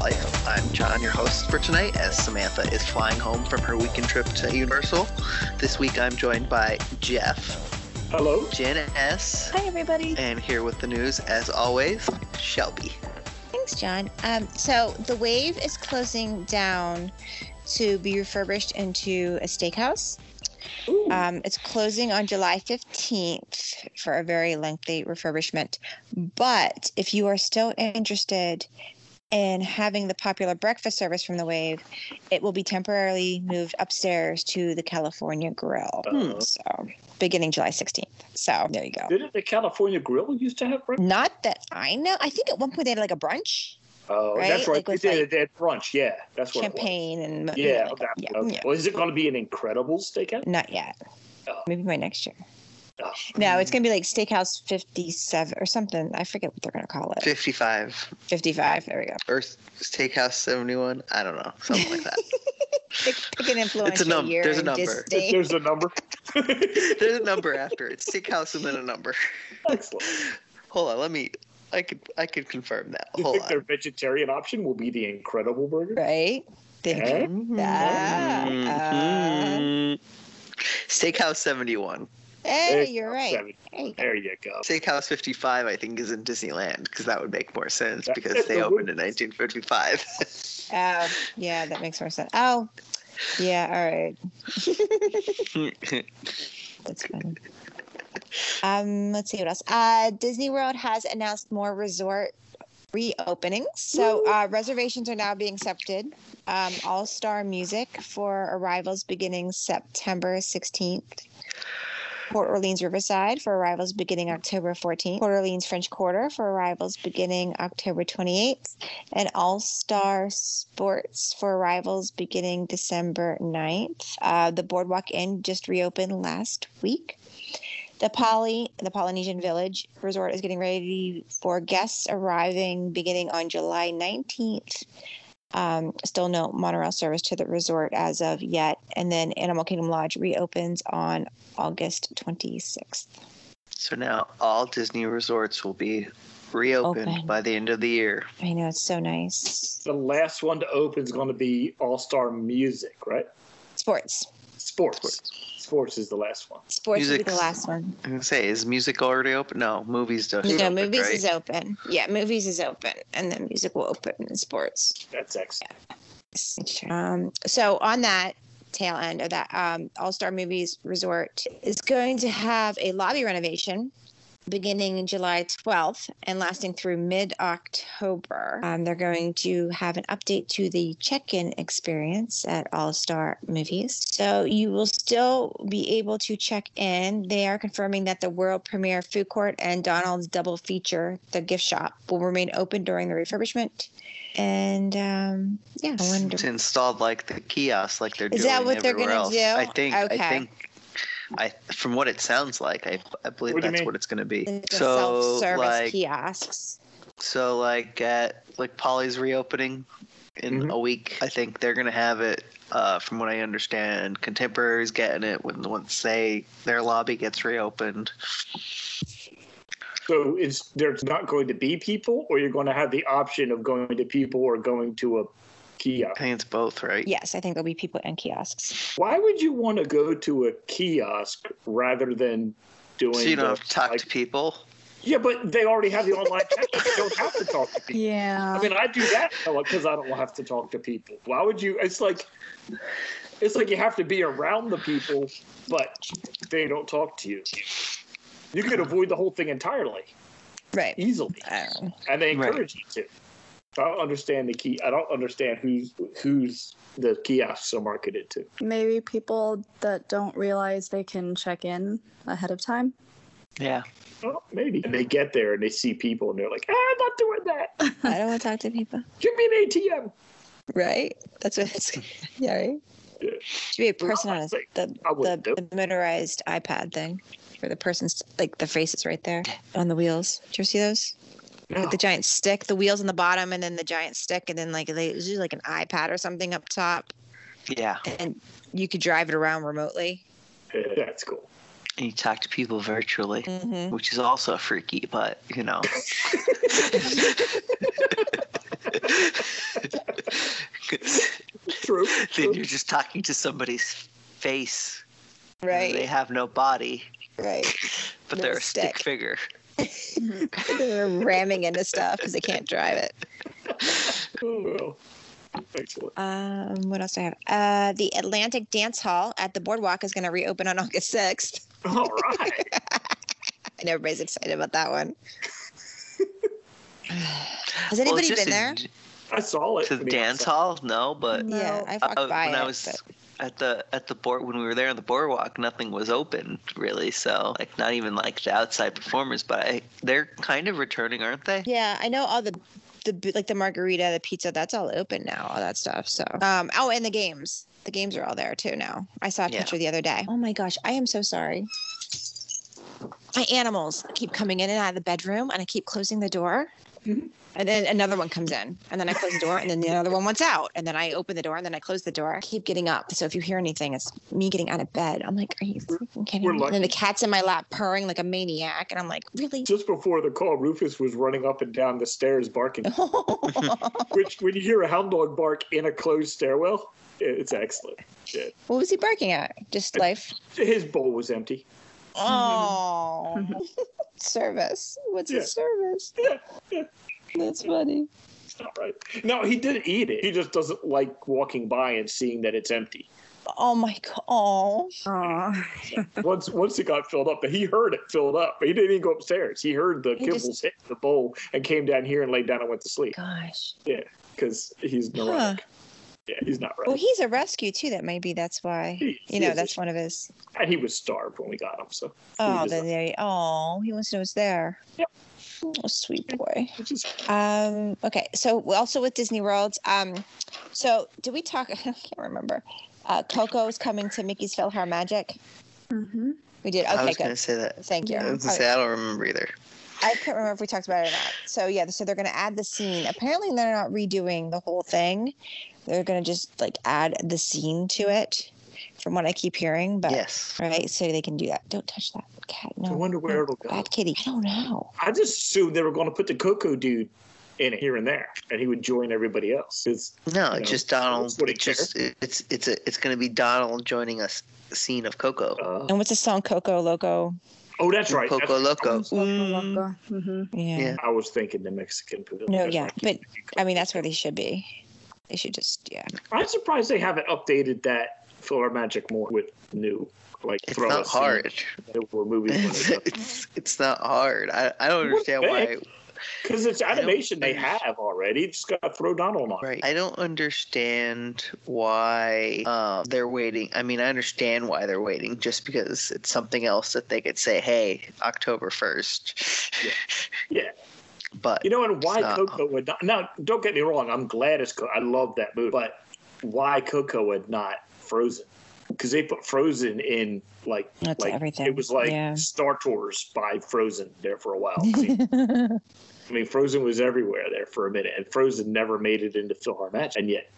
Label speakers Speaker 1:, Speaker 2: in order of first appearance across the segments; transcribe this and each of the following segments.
Speaker 1: Life. I'm John, your host for tonight, as Samantha is flying home from her weekend trip to Universal. This week I'm joined by Jeff,
Speaker 2: Hello.
Speaker 1: Jen S,
Speaker 3: Hi, everybody.
Speaker 1: and here with the news, as always, Shelby.
Speaker 4: Thanks, John. Um, so the Wave is closing down to be refurbished into a steakhouse.
Speaker 2: Ooh.
Speaker 4: Um, it's closing on July 15th for a very lengthy refurbishment. But if you are still interested in having the popular breakfast service from the Wave, it will be temporarily moved upstairs to the California Grill.
Speaker 2: Uh-huh.
Speaker 4: So beginning July 16th. So there you go.
Speaker 2: Didn't the California Grill used to have breakfast?
Speaker 4: Not that I know. I think at one point they had like a brunch.
Speaker 2: Oh, that's
Speaker 4: Right?
Speaker 2: right.
Speaker 4: Like
Speaker 2: they
Speaker 4: with,
Speaker 2: did
Speaker 4: like,
Speaker 2: it at brunch. Yeah, that's what
Speaker 4: champagne and
Speaker 2: It was. Yeah.
Speaker 4: like,
Speaker 2: okay.
Speaker 4: yeah,
Speaker 2: okay.
Speaker 4: yeah.
Speaker 2: Well, is it going to be an incredible stakeout?
Speaker 4: not yet
Speaker 2: Oh.
Speaker 4: maybe by next year
Speaker 2: Oh.
Speaker 4: no it's gonna be like steakhouse 57 or something i forget what they're gonna call it
Speaker 1: 55,
Speaker 4: 55 there we go
Speaker 1: or Steakhouse 71, I don't know, something like that.
Speaker 4: pick, pick an influential
Speaker 1: num-
Speaker 4: year
Speaker 1: there's a
Speaker 4: in
Speaker 1: number.
Speaker 4: disdain.
Speaker 2: There's a number.
Speaker 1: There's a number after it, Steakhouse and then a number.
Speaker 2: Excellent.
Speaker 1: Hold on, let me, I could, I could confirm that.
Speaker 2: You
Speaker 1: Hold
Speaker 2: think Mm-hmm. their
Speaker 1: on.
Speaker 2: vegetarian option will be the Incredible Burger?
Speaker 4: right Think
Speaker 2: Eh?
Speaker 4: that. Uh,
Speaker 2: Mm-hmm.
Speaker 1: Mhm. Steakhouse 71.
Speaker 4: hey,
Speaker 2: There's
Speaker 4: you're
Speaker 2: about
Speaker 4: right.
Speaker 2: seven.
Speaker 4: There you go.
Speaker 2: There you go.
Speaker 1: Steakhouse 55, I think, is in Disneyland because that would make more sense
Speaker 2: That-
Speaker 1: because
Speaker 2: that's
Speaker 1: they
Speaker 2: the
Speaker 1: opened in
Speaker 2: rule.
Speaker 1: 1955.
Speaker 4: Oh, yeah, that makes more sense. Oh, yeah, all right. That's funny. Um, let's see what else. Uh, Disney World has announced more resort reopenings. So uh, reservations are now being accepted. Um, All Star Music for arrivals beginning September 16th. Port Orleans Riverside for arrivals beginning October 14th. Port Orleans French Quarter for arrivals beginning October 28th. And All Star Sports for arrivals beginning December 9th. Uh, the Boardwalk Inn just reopened last week. The Poly, the Polynesian Village Resort is getting ready for guests arriving beginning on July 19th. Um, still no monorail service to the resort as of yet. And then Animal Kingdom Lodge reopens on August 26th.
Speaker 1: so now all Disney resorts will be reopened
Speaker 4: Open.
Speaker 1: by the end of the year.
Speaker 4: I know, it's so nice.
Speaker 2: The last one to open is going to be All Star Music, right?
Speaker 4: Sports.
Speaker 2: Sports.
Speaker 1: Sports.
Speaker 2: Sports. is the last one.
Speaker 4: Sports will be
Speaker 1: Music's-
Speaker 4: the last one.
Speaker 1: I'm going to say, is music already open? No, movies don't.
Speaker 4: No,
Speaker 1: open,
Speaker 4: movies
Speaker 1: right?
Speaker 4: is open. Yeah, movies is open. And then music will open and sports.
Speaker 2: That's excellent.
Speaker 4: Um, so on that tail end of that, um, All Star Movies Resort is going to have a lobby renovation beginning July 12th and lasting through mid October. Um, they're going to have an update to the check in experience at All Star Movies. So you will still be able to check in. They are confirming that the world premiere food court and Donald's double feature, the gift shop, will remain open during the refurbishment. And um, yeah, I wonder.
Speaker 1: It's installed like the kiosk, like they're
Speaker 4: Is
Speaker 1: doing
Speaker 4: that what they're
Speaker 1: everywhere
Speaker 4: gonna
Speaker 1: else.
Speaker 4: do?
Speaker 1: I think. I
Speaker 4: Okay.
Speaker 1: think. I from what it sounds like, I, I believe
Speaker 2: What do you
Speaker 1: that's
Speaker 2: mean?
Speaker 1: what it's going to be.
Speaker 4: the
Speaker 1: So
Speaker 4: self-service
Speaker 1: like
Speaker 4: kiosks.
Speaker 1: So like at like Polly's reopening in
Speaker 2: Mhm.
Speaker 1: a week, I think they're gonna have it. Uh, from what I understand, contemporaries getting it when once they their lobby gets reopened.
Speaker 2: So it's there's not going to be people, or you're going to have the option of going to people or going to a
Speaker 1: I
Speaker 2: kiosk.
Speaker 1: think it's both, right?
Speaker 4: Yes, I think there'll be people in kiosks.
Speaker 2: Why would you want to go to a kiosk rather than doing?
Speaker 1: So you don't
Speaker 2: the-
Speaker 1: have to talk
Speaker 2: like-
Speaker 1: to people.
Speaker 2: yeah, but they already have the online check. You don't have to talk to people.
Speaker 3: Yeah.
Speaker 2: I mean, I do that because I don't have to talk to people. Why would you? It's like, it's like you have to be around the people, but they don't talk to you. You could avoid the whole thing entirely,
Speaker 4: Right.
Speaker 2: easily, and they
Speaker 1: Right.
Speaker 2: encourage you to. I don't understand the key. I don't understand who's who's the kiosks are marketed to.
Speaker 3: Maybe people that don't realize they can check in ahead of time.
Speaker 1: Yeah.
Speaker 2: Oh, maybe and they get there and they see people and they're like, ah, I'm not doing that.
Speaker 4: I don't want to talk to people.
Speaker 2: Give me an ATM.
Speaker 4: Right? That's what it's yeah, right?
Speaker 2: Yeah.
Speaker 4: Should be a person on a,
Speaker 2: Honestly,
Speaker 4: the,
Speaker 2: I wouldn't
Speaker 4: the, the motorized iPad thing where the person's like the face is right there on the wheels. Do you ever see those?
Speaker 2: No.
Speaker 4: Like the giant stick, the wheels on the bottom, and then the giant stick, and then like they it's usually like an iPad or something up top,
Speaker 1: Yeah.
Speaker 4: and you could drive it around remotely.
Speaker 2: Yeah, Eh, That's cool.
Speaker 1: And you talk to people virtually,
Speaker 4: Mm-hmm.
Speaker 1: which is also freaky, but you know. then you're just talking to somebody's face. They
Speaker 4: Right.
Speaker 1: have no body,
Speaker 4: Right.
Speaker 1: but
Speaker 4: They're
Speaker 1: they're
Speaker 4: a
Speaker 1: a stick,
Speaker 4: stick.
Speaker 1: figure.
Speaker 4: They're ramming into stuff because they can't drive it.
Speaker 2: Oh, well. Excellent.
Speaker 4: Um, what else do I have? Uh, the Atlantic Dance Hall at the Boardwalk is going to reopen on August 6th.
Speaker 2: All right.
Speaker 4: I know everybody's excited about that one. Has anybody been there?
Speaker 2: I saw it.
Speaker 1: To
Speaker 2: I
Speaker 1: the
Speaker 2: mean, I
Speaker 1: dance
Speaker 2: saw-
Speaker 1: hall? No, but
Speaker 3: No.
Speaker 4: Yeah, I walked
Speaker 1: uh,
Speaker 4: by
Speaker 1: when
Speaker 4: it.
Speaker 1: I was
Speaker 4: but-
Speaker 1: at the at the board when we were there on the boardwalk, nothing was open really. So like not even like the outside performers, but I, they're kind of returning, aren't they?
Speaker 4: Yeah, I know all the the b- like the margarita, the pizza. That's all open now. All that stuff. So um. Oh, and the games. The games are all there too now. I saw a
Speaker 1: Yeah.
Speaker 4: picture the other day. Oh my gosh, I am so sorry. My animals keep coming in and out of the bedroom, and I keep closing the door.
Speaker 2: Mhm.
Speaker 4: And then another one comes in, and then I close the door, and then the other one wants out, and then I open the door, and then I close the door. I keep getting up. So if you hear anything, it's me getting out of bed. I'm like, are you freaking kidding
Speaker 2: We're
Speaker 4: me? And then the
Speaker 2: lucky.
Speaker 4: cat's in my lap purring like a maniac, and I'm like, really?
Speaker 2: Just before the call, Rufus was running up and down the stairs barking. Which, when you hear a hound dog bark in a closed stairwell, it's excellent.
Speaker 4: What was he barking at? Just life.
Speaker 2: His bowl was empty.
Speaker 4: Oh, service. What's
Speaker 2: Yeah.
Speaker 4: his service?
Speaker 2: Yeah,
Speaker 4: That's funny.
Speaker 2: it's not right. No, he didn't eat it. He just doesn't like walking by and seeing that it's empty.
Speaker 4: Oh my god. Oh,
Speaker 3: Aw.
Speaker 2: Once once it got filled up, but he heard it filled up, but he didn't even go upstairs. He heard the
Speaker 4: He
Speaker 2: kibbles
Speaker 4: just-
Speaker 2: hit the bowl and came down here and laid down and went to sleep
Speaker 4: gosh.
Speaker 2: because he's neurotic. Yeah, he's not right.
Speaker 4: Well, he's a rescue too. That maybe that's why.
Speaker 2: He-
Speaker 4: You
Speaker 2: he
Speaker 4: know,
Speaker 2: is a-
Speaker 4: that's one of his.
Speaker 2: and he was starved when we got him, so
Speaker 4: Oh,
Speaker 2: does
Speaker 4: then
Speaker 2: that.
Speaker 4: there. he- Oh, he wants to know it's there.
Speaker 2: Yep.
Speaker 4: Oh, sweet boy.
Speaker 2: which is
Speaker 4: Um, okay, so we- also with Disney World, um, so did we talk? I can't remember. Uh, Coco is coming to Mickey's PhilharMagic. Magic.
Speaker 3: hmm
Speaker 4: We did.
Speaker 1: I
Speaker 4: Okay,
Speaker 1: was
Speaker 4: good.
Speaker 1: gonna say that.
Speaker 4: Thank you.
Speaker 1: I was
Speaker 4: All
Speaker 1: gonna
Speaker 4: right.
Speaker 1: say I don't remember either.
Speaker 4: I can't remember if we talked about it or not. So yeah, so they're gonna add the scene. Apparently they're not redoing the whole thing. They're gonna just like add the scene to it, from what I keep hearing. But
Speaker 1: Yes.
Speaker 4: right, so they can do that. Don't touch that cat.
Speaker 2: I
Speaker 4: No,
Speaker 2: wonder where it'll go.
Speaker 4: bad kitty. I don't know.
Speaker 2: I just assumed they were going to put the Coco dude in it here and there, and he would join everybody else. It's
Speaker 1: No,
Speaker 2: You
Speaker 1: it's
Speaker 2: know,
Speaker 1: just Donald.
Speaker 2: that's what
Speaker 1: It's
Speaker 2: it
Speaker 1: just it- it's it's a, it's gonna be Donald joining us scene of Coco.
Speaker 2: uh,
Speaker 4: And what's the song Coco Loco?
Speaker 2: oh, that's right. that's
Speaker 1: Coco
Speaker 2: right.
Speaker 1: Loco. Mm.
Speaker 3: hmm
Speaker 4: Yeah.
Speaker 1: Yeah.
Speaker 2: I was thinking the Mexican pavilion.
Speaker 4: No,
Speaker 2: That's
Speaker 4: yeah,
Speaker 2: right.
Speaker 4: but I mean that's where they should be. They should just yeah.
Speaker 2: I'm surprised they haven't updated that filler magic more with new like
Speaker 1: It's
Speaker 2: throw
Speaker 1: not
Speaker 2: us in
Speaker 1: hard.
Speaker 2: newer movies
Speaker 1: It's, it's it's not hard. I, I don't
Speaker 2: What's
Speaker 1: understand why.
Speaker 2: because it's
Speaker 1: don't
Speaker 2: animation they
Speaker 1: understand.
Speaker 2: have already. Just got to throw Donald on. it.
Speaker 1: Right. I don't understand why um, they're waiting. I mean, I understand why they're waiting, just because it's something else that they could say, "Hey, October 1st.
Speaker 2: Yeah.
Speaker 1: But
Speaker 2: You know, and why
Speaker 1: It's not-
Speaker 2: Coco would not? Now, don't get me wrong. I'm glad it's. Co- I love that movie, but why Coco and not Frozen? Because they put Frozen in like
Speaker 4: That's
Speaker 2: like
Speaker 4: everything.
Speaker 2: it was like
Speaker 4: yeah.
Speaker 2: Star Tours by Frozen there for a while. I mean, Frozen was everywhere there for a minute, and Frozen never made it into PhilharMagic, and yet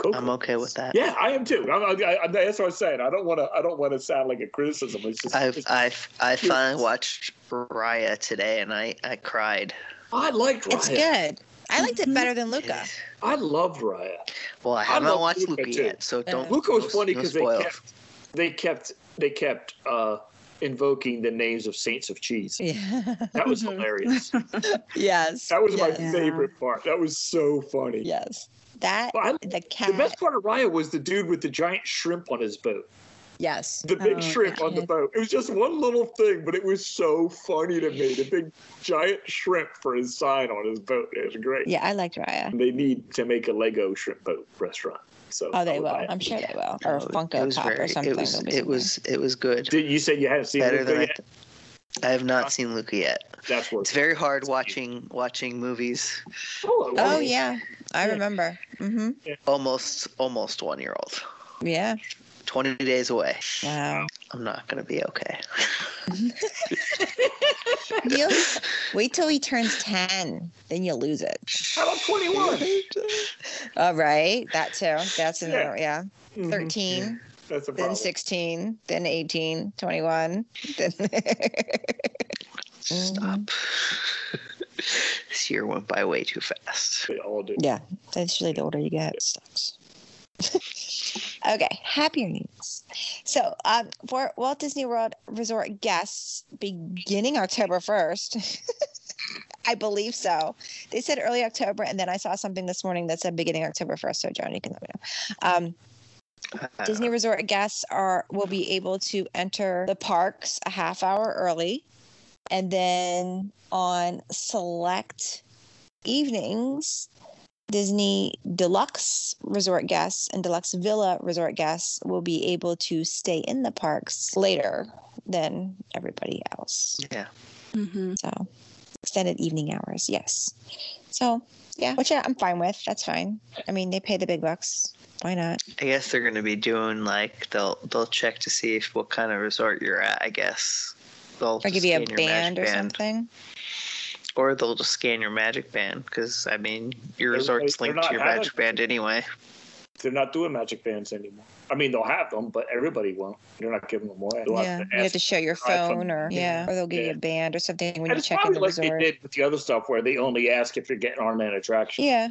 Speaker 2: Coco.
Speaker 1: I'm okay with that.
Speaker 2: Yeah, I am too. I'm, I, I, that's what I'm saying. I don't want to. I don't want to sound like a criticism. It's just,
Speaker 1: I've,
Speaker 2: it's-
Speaker 1: I've, I finally watched Raya today, and I, I cried.
Speaker 2: I liked Raya.
Speaker 4: It's good. I liked it
Speaker 3: Mhm.
Speaker 4: better than
Speaker 2: Mm-hmm.
Speaker 4: Luca.
Speaker 2: I loved Raya.
Speaker 1: Well, I
Speaker 2: I
Speaker 1: haven't
Speaker 2: love
Speaker 1: watched
Speaker 2: Luca,
Speaker 1: Luca
Speaker 2: too.
Speaker 1: yet, so don't.
Speaker 2: Luca was
Speaker 1: no-
Speaker 2: funny
Speaker 1: no
Speaker 2: because
Speaker 1: spoil.
Speaker 2: they kept they kept they kept uh, invoking the names of saints of cheese.
Speaker 4: Yeah.
Speaker 2: That was
Speaker 4: Mm-hmm.
Speaker 3: Mhm.
Speaker 2: hilarious.
Speaker 4: yes.
Speaker 2: That was my
Speaker 4: yes.
Speaker 3: Yeah.
Speaker 2: favorite part. That was so funny.
Speaker 4: Yes. That
Speaker 2: But I-
Speaker 4: the
Speaker 2: the
Speaker 4: cat.
Speaker 2: best part of Raya was the dude with the giant shrimp on his boat.
Speaker 4: yes.
Speaker 2: The big
Speaker 3: Oh,
Speaker 2: shrimp on the
Speaker 4: yeah.
Speaker 2: boat. It was just one little thing, but it was so funny to me. The big giant shrimp for his sign on his boat. It was great.
Speaker 4: Yeah, I liked Raya.
Speaker 2: They need to make a Lego shrimp boat restaurant. So
Speaker 4: Oh,
Speaker 2: I
Speaker 4: they
Speaker 2: would
Speaker 4: will.
Speaker 2: buy it.
Speaker 4: I'm sure they will. Or
Speaker 1: No,
Speaker 4: Oh, Funko Pop or something.
Speaker 1: Oh, It was,
Speaker 4: There'll be
Speaker 1: it was, it was good.
Speaker 2: Did you say you hadn't seen
Speaker 1: Better
Speaker 2: it?
Speaker 1: than I.
Speaker 2: yet?
Speaker 1: Th- I have not seen Luca yet.
Speaker 2: That's
Speaker 1: It's
Speaker 2: worth.
Speaker 1: very hard watching watching movies.
Speaker 2: Oh,
Speaker 4: something. Oh yeah, I
Speaker 2: Yeah.
Speaker 4: remember. hmm
Speaker 1: Almost almost one year old.
Speaker 4: Yeah.
Speaker 1: Twenty days away.
Speaker 4: Wow.
Speaker 1: I'm not gonna be okay.
Speaker 4: You'll, wait till he turns ten, then you lose it.
Speaker 2: How about 21?
Speaker 4: All right, that too. That's another. Yeah.
Speaker 1: Mm-hmm.
Speaker 2: Mhm.
Speaker 4: 13
Speaker 2: That's a
Speaker 4: then
Speaker 2: problem.
Speaker 4: 16, then 18, 21. Then
Speaker 1: Stop.
Speaker 4: Mm-hmm.
Speaker 1: this year went by way too fast.
Speaker 2: They all do.
Speaker 4: yeah, that's usually the older you get. It sucks. Okay, happier news. So, um, for Walt Disney World Resort guests beginning October 1st, I believe so. They said early October, and then I saw something this morning that said beginning October 1st. So, John, you can let me know. Um,
Speaker 1: Uh,
Speaker 4: Disney Resort guests are will be able to enter the parks a half hour early, and then on select evenings, Disney Deluxe Resort guests and Deluxe Villa Resort guests will be able to stay in the parks later than everybody else.
Speaker 1: yeah.
Speaker 3: Mm-hmm.
Speaker 4: So extended evening hours, yes. So yeah, which I- I'm fine with. That's fine. I mean, they pay the big bucks. Why not?
Speaker 1: I guess they're going to be doing like they'll they'll check to see if what kind of resort you're at. I guess they'll
Speaker 4: Or
Speaker 1: just
Speaker 4: give you a
Speaker 1: scan your magic
Speaker 4: band or something.
Speaker 1: or they'll just scan your magic band because I mean your
Speaker 2: They-
Speaker 1: resort's
Speaker 2: they're
Speaker 1: linked
Speaker 2: not
Speaker 1: to your
Speaker 2: having-
Speaker 1: magic band anyway.
Speaker 2: They're not doing magic bands anymore. I mean, they'll have them, but everybody won't. They're not giving them away. They'll
Speaker 4: yeah,
Speaker 2: have to
Speaker 4: you have
Speaker 2: ask.
Speaker 4: to show your
Speaker 2: iPhone.
Speaker 4: phone, or yeah, or they'll give you
Speaker 2: Yeah.
Speaker 4: a band or something when
Speaker 2: And
Speaker 4: you
Speaker 2: it's
Speaker 4: check in
Speaker 2: probably
Speaker 4: the
Speaker 2: like they
Speaker 4: resort.
Speaker 2: did with the other stuff where they only ask if you're getting on an attraction.
Speaker 4: Yeah,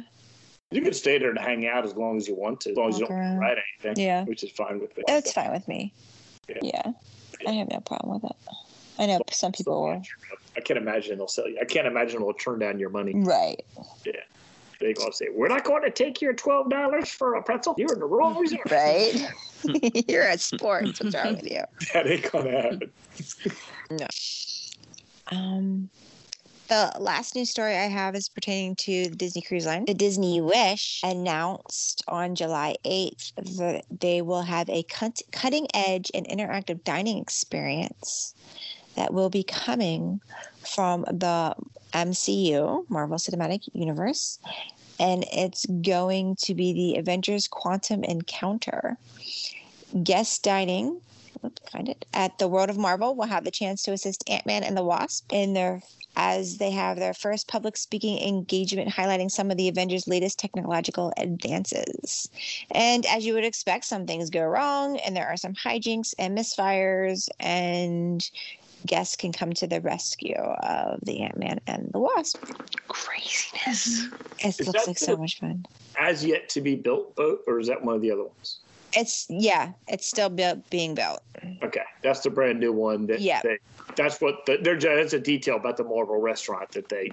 Speaker 2: You can stay there and hang out as long as you want to, as long as you
Speaker 4: Walk
Speaker 2: don't
Speaker 4: around.
Speaker 2: write anything,
Speaker 4: yeah,
Speaker 2: which is fine with me.
Speaker 4: that's fine with me.
Speaker 2: Yeah.
Speaker 4: Yeah, I have no problem with it. I know some people will.
Speaker 2: I can't imagine they'll sell you. I can't imagine they'll turn down your money.
Speaker 4: Right.
Speaker 2: They're going to say, We're not going to take your $12 for a pretzel. You're in the wrong resort.
Speaker 4: Right. You're at sports. What's wrong with you?
Speaker 2: That ain't going to happen.
Speaker 4: Um, the last news story I have is pertaining to the Disney Cruise Line. The Disney Wish announced on July 8th that they will have a cut- cutting edge and interactive dining experience that will be coming from the MCU, Marvel Cinematic Universe. And it's going to be the Avengers Quantum Encounter. Guest dining Oops, find it at the World of Marvel will have the chance to assist Ant-Man and the Wasp in their as they have their first public speaking engagement highlighting some of the Avengers' latest technological advances. And as you would expect, some things go wrong and there are some hijinks and misfires and guests can come to the rescue of the Ant-Man and the Wasp.
Speaker 1: Craziness.
Speaker 2: Is
Speaker 4: It looks
Speaker 2: that
Speaker 4: like so
Speaker 2: the-
Speaker 4: much fun.
Speaker 2: As yet to be built boat, or is that one of the other ones?
Speaker 4: It's yeah, it's still built, being built.
Speaker 2: Okay. That's the brand new one. That
Speaker 4: Yeah.
Speaker 2: They, that's what the, they're ju- that's a detail about the Marvel restaurant that they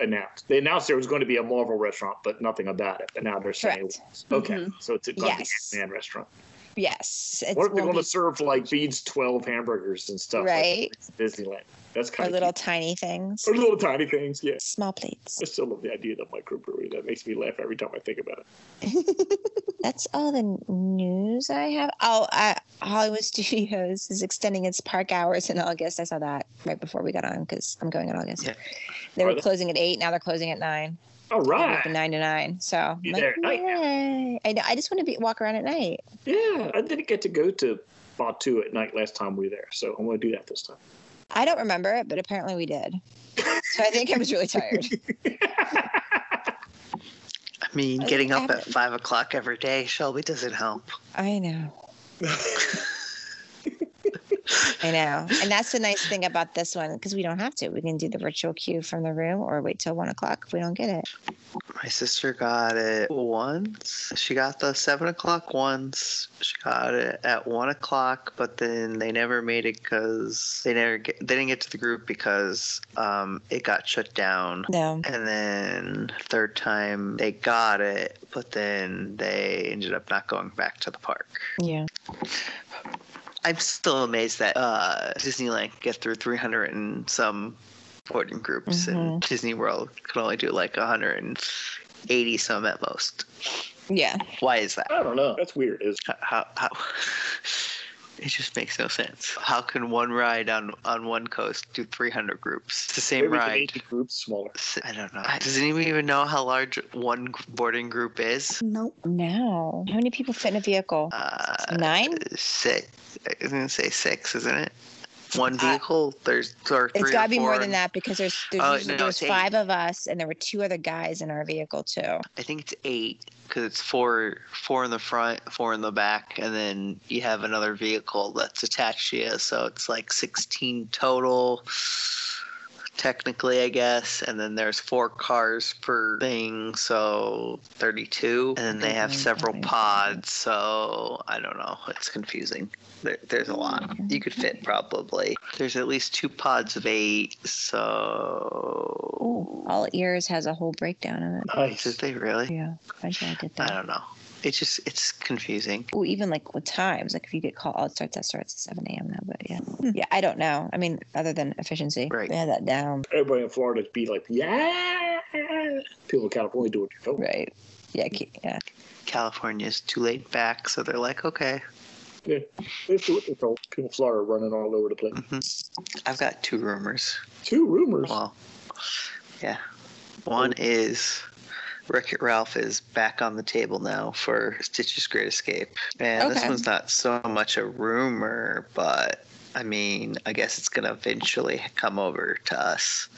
Speaker 2: announced. They announced there was going to be a Marvel restaurant, but nothing about it. But now they're saying it was. Okay. So it's going
Speaker 4: Mm-hmm. Yes.
Speaker 2: to be an Ant-Man restaurant.
Speaker 4: Yes, it's
Speaker 2: What if they're
Speaker 4: will
Speaker 2: going to
Speaker 4: be-
Speaker 2: serve like Bede's 12 hamburgers and stuff? like
Speaker 4: right
Speaker 2: Disneyland. That's
Speaker 4: or
Speaker 2: kind of
Speaker 4: little tiny things.
Speaker 2: or little tiny things. Oh, Yeah.
Speaker 4: small plates.
Speaker 2: I still love the idea of the microbrewery. That makes me laugh every time I think about it.
Speaker 4: That's all the n- news I have. Oh, uh, Hollywood Studios is extending its park hours in August. I saw that right before we got on because I'm going in August.
Speaker 1: Yeah.
Speaker 4: They
Speaker 2: Are
Speaker 4: were
Speaker 2: they?
Speaker 4: closing at eight. Now they're closing at nine.
Speaker 2: All
Speaker 4: They're
Speaker 2: right.
Speaker 4: open Nine to nine. So I'm
Speaker 2: Be there at night now.
Speaker 4: "Yay." I know. I just want to be walk around at night.
Speaker 2: Yeah. I didn't get to go to Batu at night last time we were there, so I'm going to do that this time.
Speaker 4: I don't remember it, but apparently we did. So I think I was really tired.
Speaker 1: I mean,
Speaker 4: I
Speaker 1: getting
Speaker 4: like
Speaker 1: up at five o'clock every day, Shelby doesn't help.
Speaker 4: I know. I know. And that's the nice thing about this one because we don't have to. We can do the virtual queue from the room or wait till one o'clock if we don't get it.
Speaker 1: My sister got it once. She got the seven o'clock once. She got it at one o'clock, but then they never made it because they never get, they didn't get to the group because um, it got shut down.
Speaker 4: No.
Speaker 1: And then third time they got it, but then they ended up not going back to the park.
Speaker 4: Yeah.
Speaker 1: I'm still amazed that uh, Disneyland could get through 300 and some boarding groups, and Disney World can only do like 180 some at most.
Speaker 4: Yeah.
Speaker 1: Why is that?
Speaker 2: I don't know. That's weird. Is
Speaker 1: How? how, how it just makes no sense. How can one ride on on one coast do 300 groups? It's the same
Speaker 2: maybe
Speaker 1: ride.
Speaker 2: the groups smaller.
Speaker 1: S- I don't know. Does anyone even know how large one g- boarding group is?
Speaker 3: Nope.
Speaker 4: No. How many people fit in a vehicle?
Speaker 1: Uh,
Speaker 4: Nine?
Speaker 1: six. I was gonna say six, isn't it? One vehicle. there's or three
Speaker 4: Uh, It's
Speaker 1: or
Speaker 4: got to be more
Speaker 1: four
Speaker 4: than
Speaker 1: in-
Speaker 4: that because there's, there's
Speaker 1: Oh,
Speaker 4: usually-
Speaker 1: no,
Speaker 4: there was
Speaker 1: it's eight.
Speaker 4: five of us and there were two other guys in our vehicle too.
Speaker 1: I think it's eight because it's four four in the front, four in the back, and then you have another vehicle that's attached to you. So it's like sixteen total. technically, I guess. And then there's four cars per thing, so 32. And then they have
Speaker 4: Okay,
Speaker 1: several
Speaker 4: okay.
Speaker 1: pods, so I don't know. It's confusing. There, there's a lot. You could fit probably. There's at least two pods of eight, so.
Speaker 4: Ooh, all ears has a whole breakdown of it.
Speaker 1: Did
Speaker 2: Nice.
Speaker 1: they really?
Speaker 4: Yeah, eventually I did
Speaker 1: I
Speaker 4: that.
Speaker 1: don't know. It's just, it's confusing.
Speaker 4: Ooh, even like with times, like if you get called, oh, it starts that starts at seven a.m. now, but yeah, yeah, I don't know. I mean, other than efficiency,
Speaker 1: Hmm. Right.
Speaker 4: they had that down,
Speaker 2: Everybody in Florida would be like, yeah. People in California do what you know.
Speaker 4: right? Yeah, ke- yeah.
Speaker 1: California's too late back, so they're like, okay.
Speaker 2: They do what they're told. People in Florida are running all over the place.
Speaker 1: I've got two rumors.
Speaker 4: Mm.
Speaker 2: Two rumors.
Speaker 1: Well, yeah. One is Wreck It Ralph is back on the table now for Stitch's Great Escape. And this
Speaker 4: Okay.
Speaker 1: one's not so much a rumor, but I mean, I guess it's going to eventually come over to us.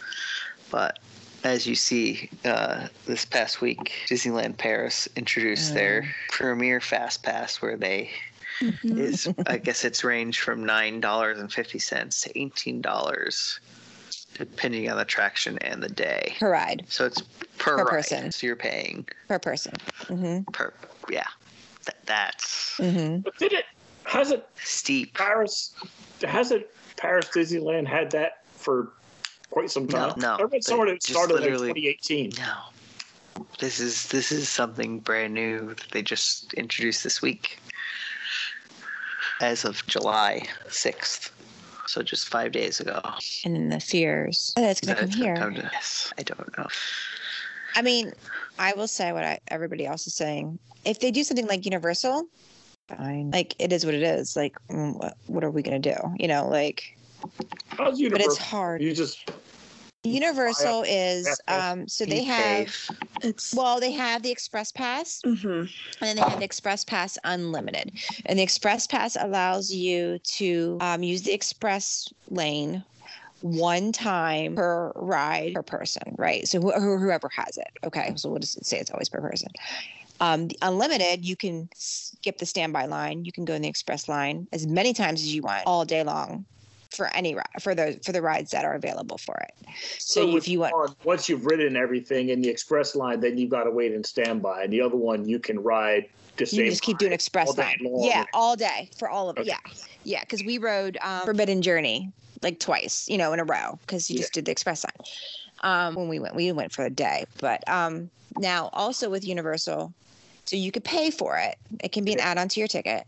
Speaker 1: But as you see, uh, this past week, Disneyland Paris introduced their premier Fast Pass where they is I guess it's range from nine dollars and fifty cents to eighteen dollars, depending on the traction and the day.
Speaker 4: Per ride,
Speaker 1: So it's per,
Speaker 4: Per
Speaker 1: ride.
Speaker 4: person.
Speaker 1: So you're paying
Speaker 4: per person. Mm-hmm.
Speaker 1: per yeah. Th- that's
Speaker 4: Mm-hmm.
Speaker 2: But did it? Hasn't
Speaker 1: steep.
Speaker 2: Paris? Hasn't Paris Disneyland had that for quite some
Speaker 1: No,
Speaker 2: time?
Speaker 1: no,
Speaker 2: I
Speaker 1: they
Speaker 2: read somewhere that it
Speaker 1: just
Speaker 2: started like
Speaker 1: literally-
Speaker 2: 2018.
Speaker 1: No, this is this is something brand new that they just introduced this week, as of July sixth. So just five days ago.
Speaker 4: And then the fears. Oh, that's gonna
Speaker 1: That
Speaker 4: come
Speaker 1: it's gonna
Speaker 4: here.
Speaker 1: come to- yes, I don't know.
Speaker 4: I mean, I will say what I, everybody else is saying. If they do something like Universal, fine. Like it is what it is. Like mm, what, what are we gonna do? You know, like.
Speaker 2: How's
Speaker 4: But
Speaker 2: Universal?
Speaker 4: it's hard.
Speaker 2: you just
Speaker 4: Universal is
Speaker 2: Yeah.
Speaker 4: um so they
Speaker 1: You
Speaker 4: have
Speaker 1: pay
Speaker 3: It's.
Speaker 4: well they have the Express Pass
Speaker 2: mm-hmm.
Speaker 3: hmm
Speaker 4: and then they have the Express Pass Unlimited, and the Express Pass allows you to um, use the Express Lane one time per ride per person, right? So wh- wh- whoever has it, okay. So we'll just say it's always per person. Um, the unlimited, you can skip the standby line. You can go in the express line as many times as you want all day long, for any ride for the for the rides that are available for it. So, if
Speaker 2: with
Speaker 4: you want,
Speaker 2: on- once you've ridden everything in the express line, then you've got to wait and standby. And the other one, you can ride. The
Speaker 4: you
Speaker 2: same
Speaker 4: can just keep doing
Speaker 2: ride all
Speaker 4: express
Speaker 2: day
Speaker 4: line.
Speaker 2: long.
Speaker 4: Yeah, all day for all of it.
Speaker 2: Okay.
Speaker 4: yeah, yeah. Because we rode um, Forbidden Journey like twice, you know, in a row because you
Speaker 2: Yeah.
Speaker 4: just did the express line. Um, when we went, we went for a day, but um, now also with Universal, so you could pay for it. It can be an add-on to your ticket.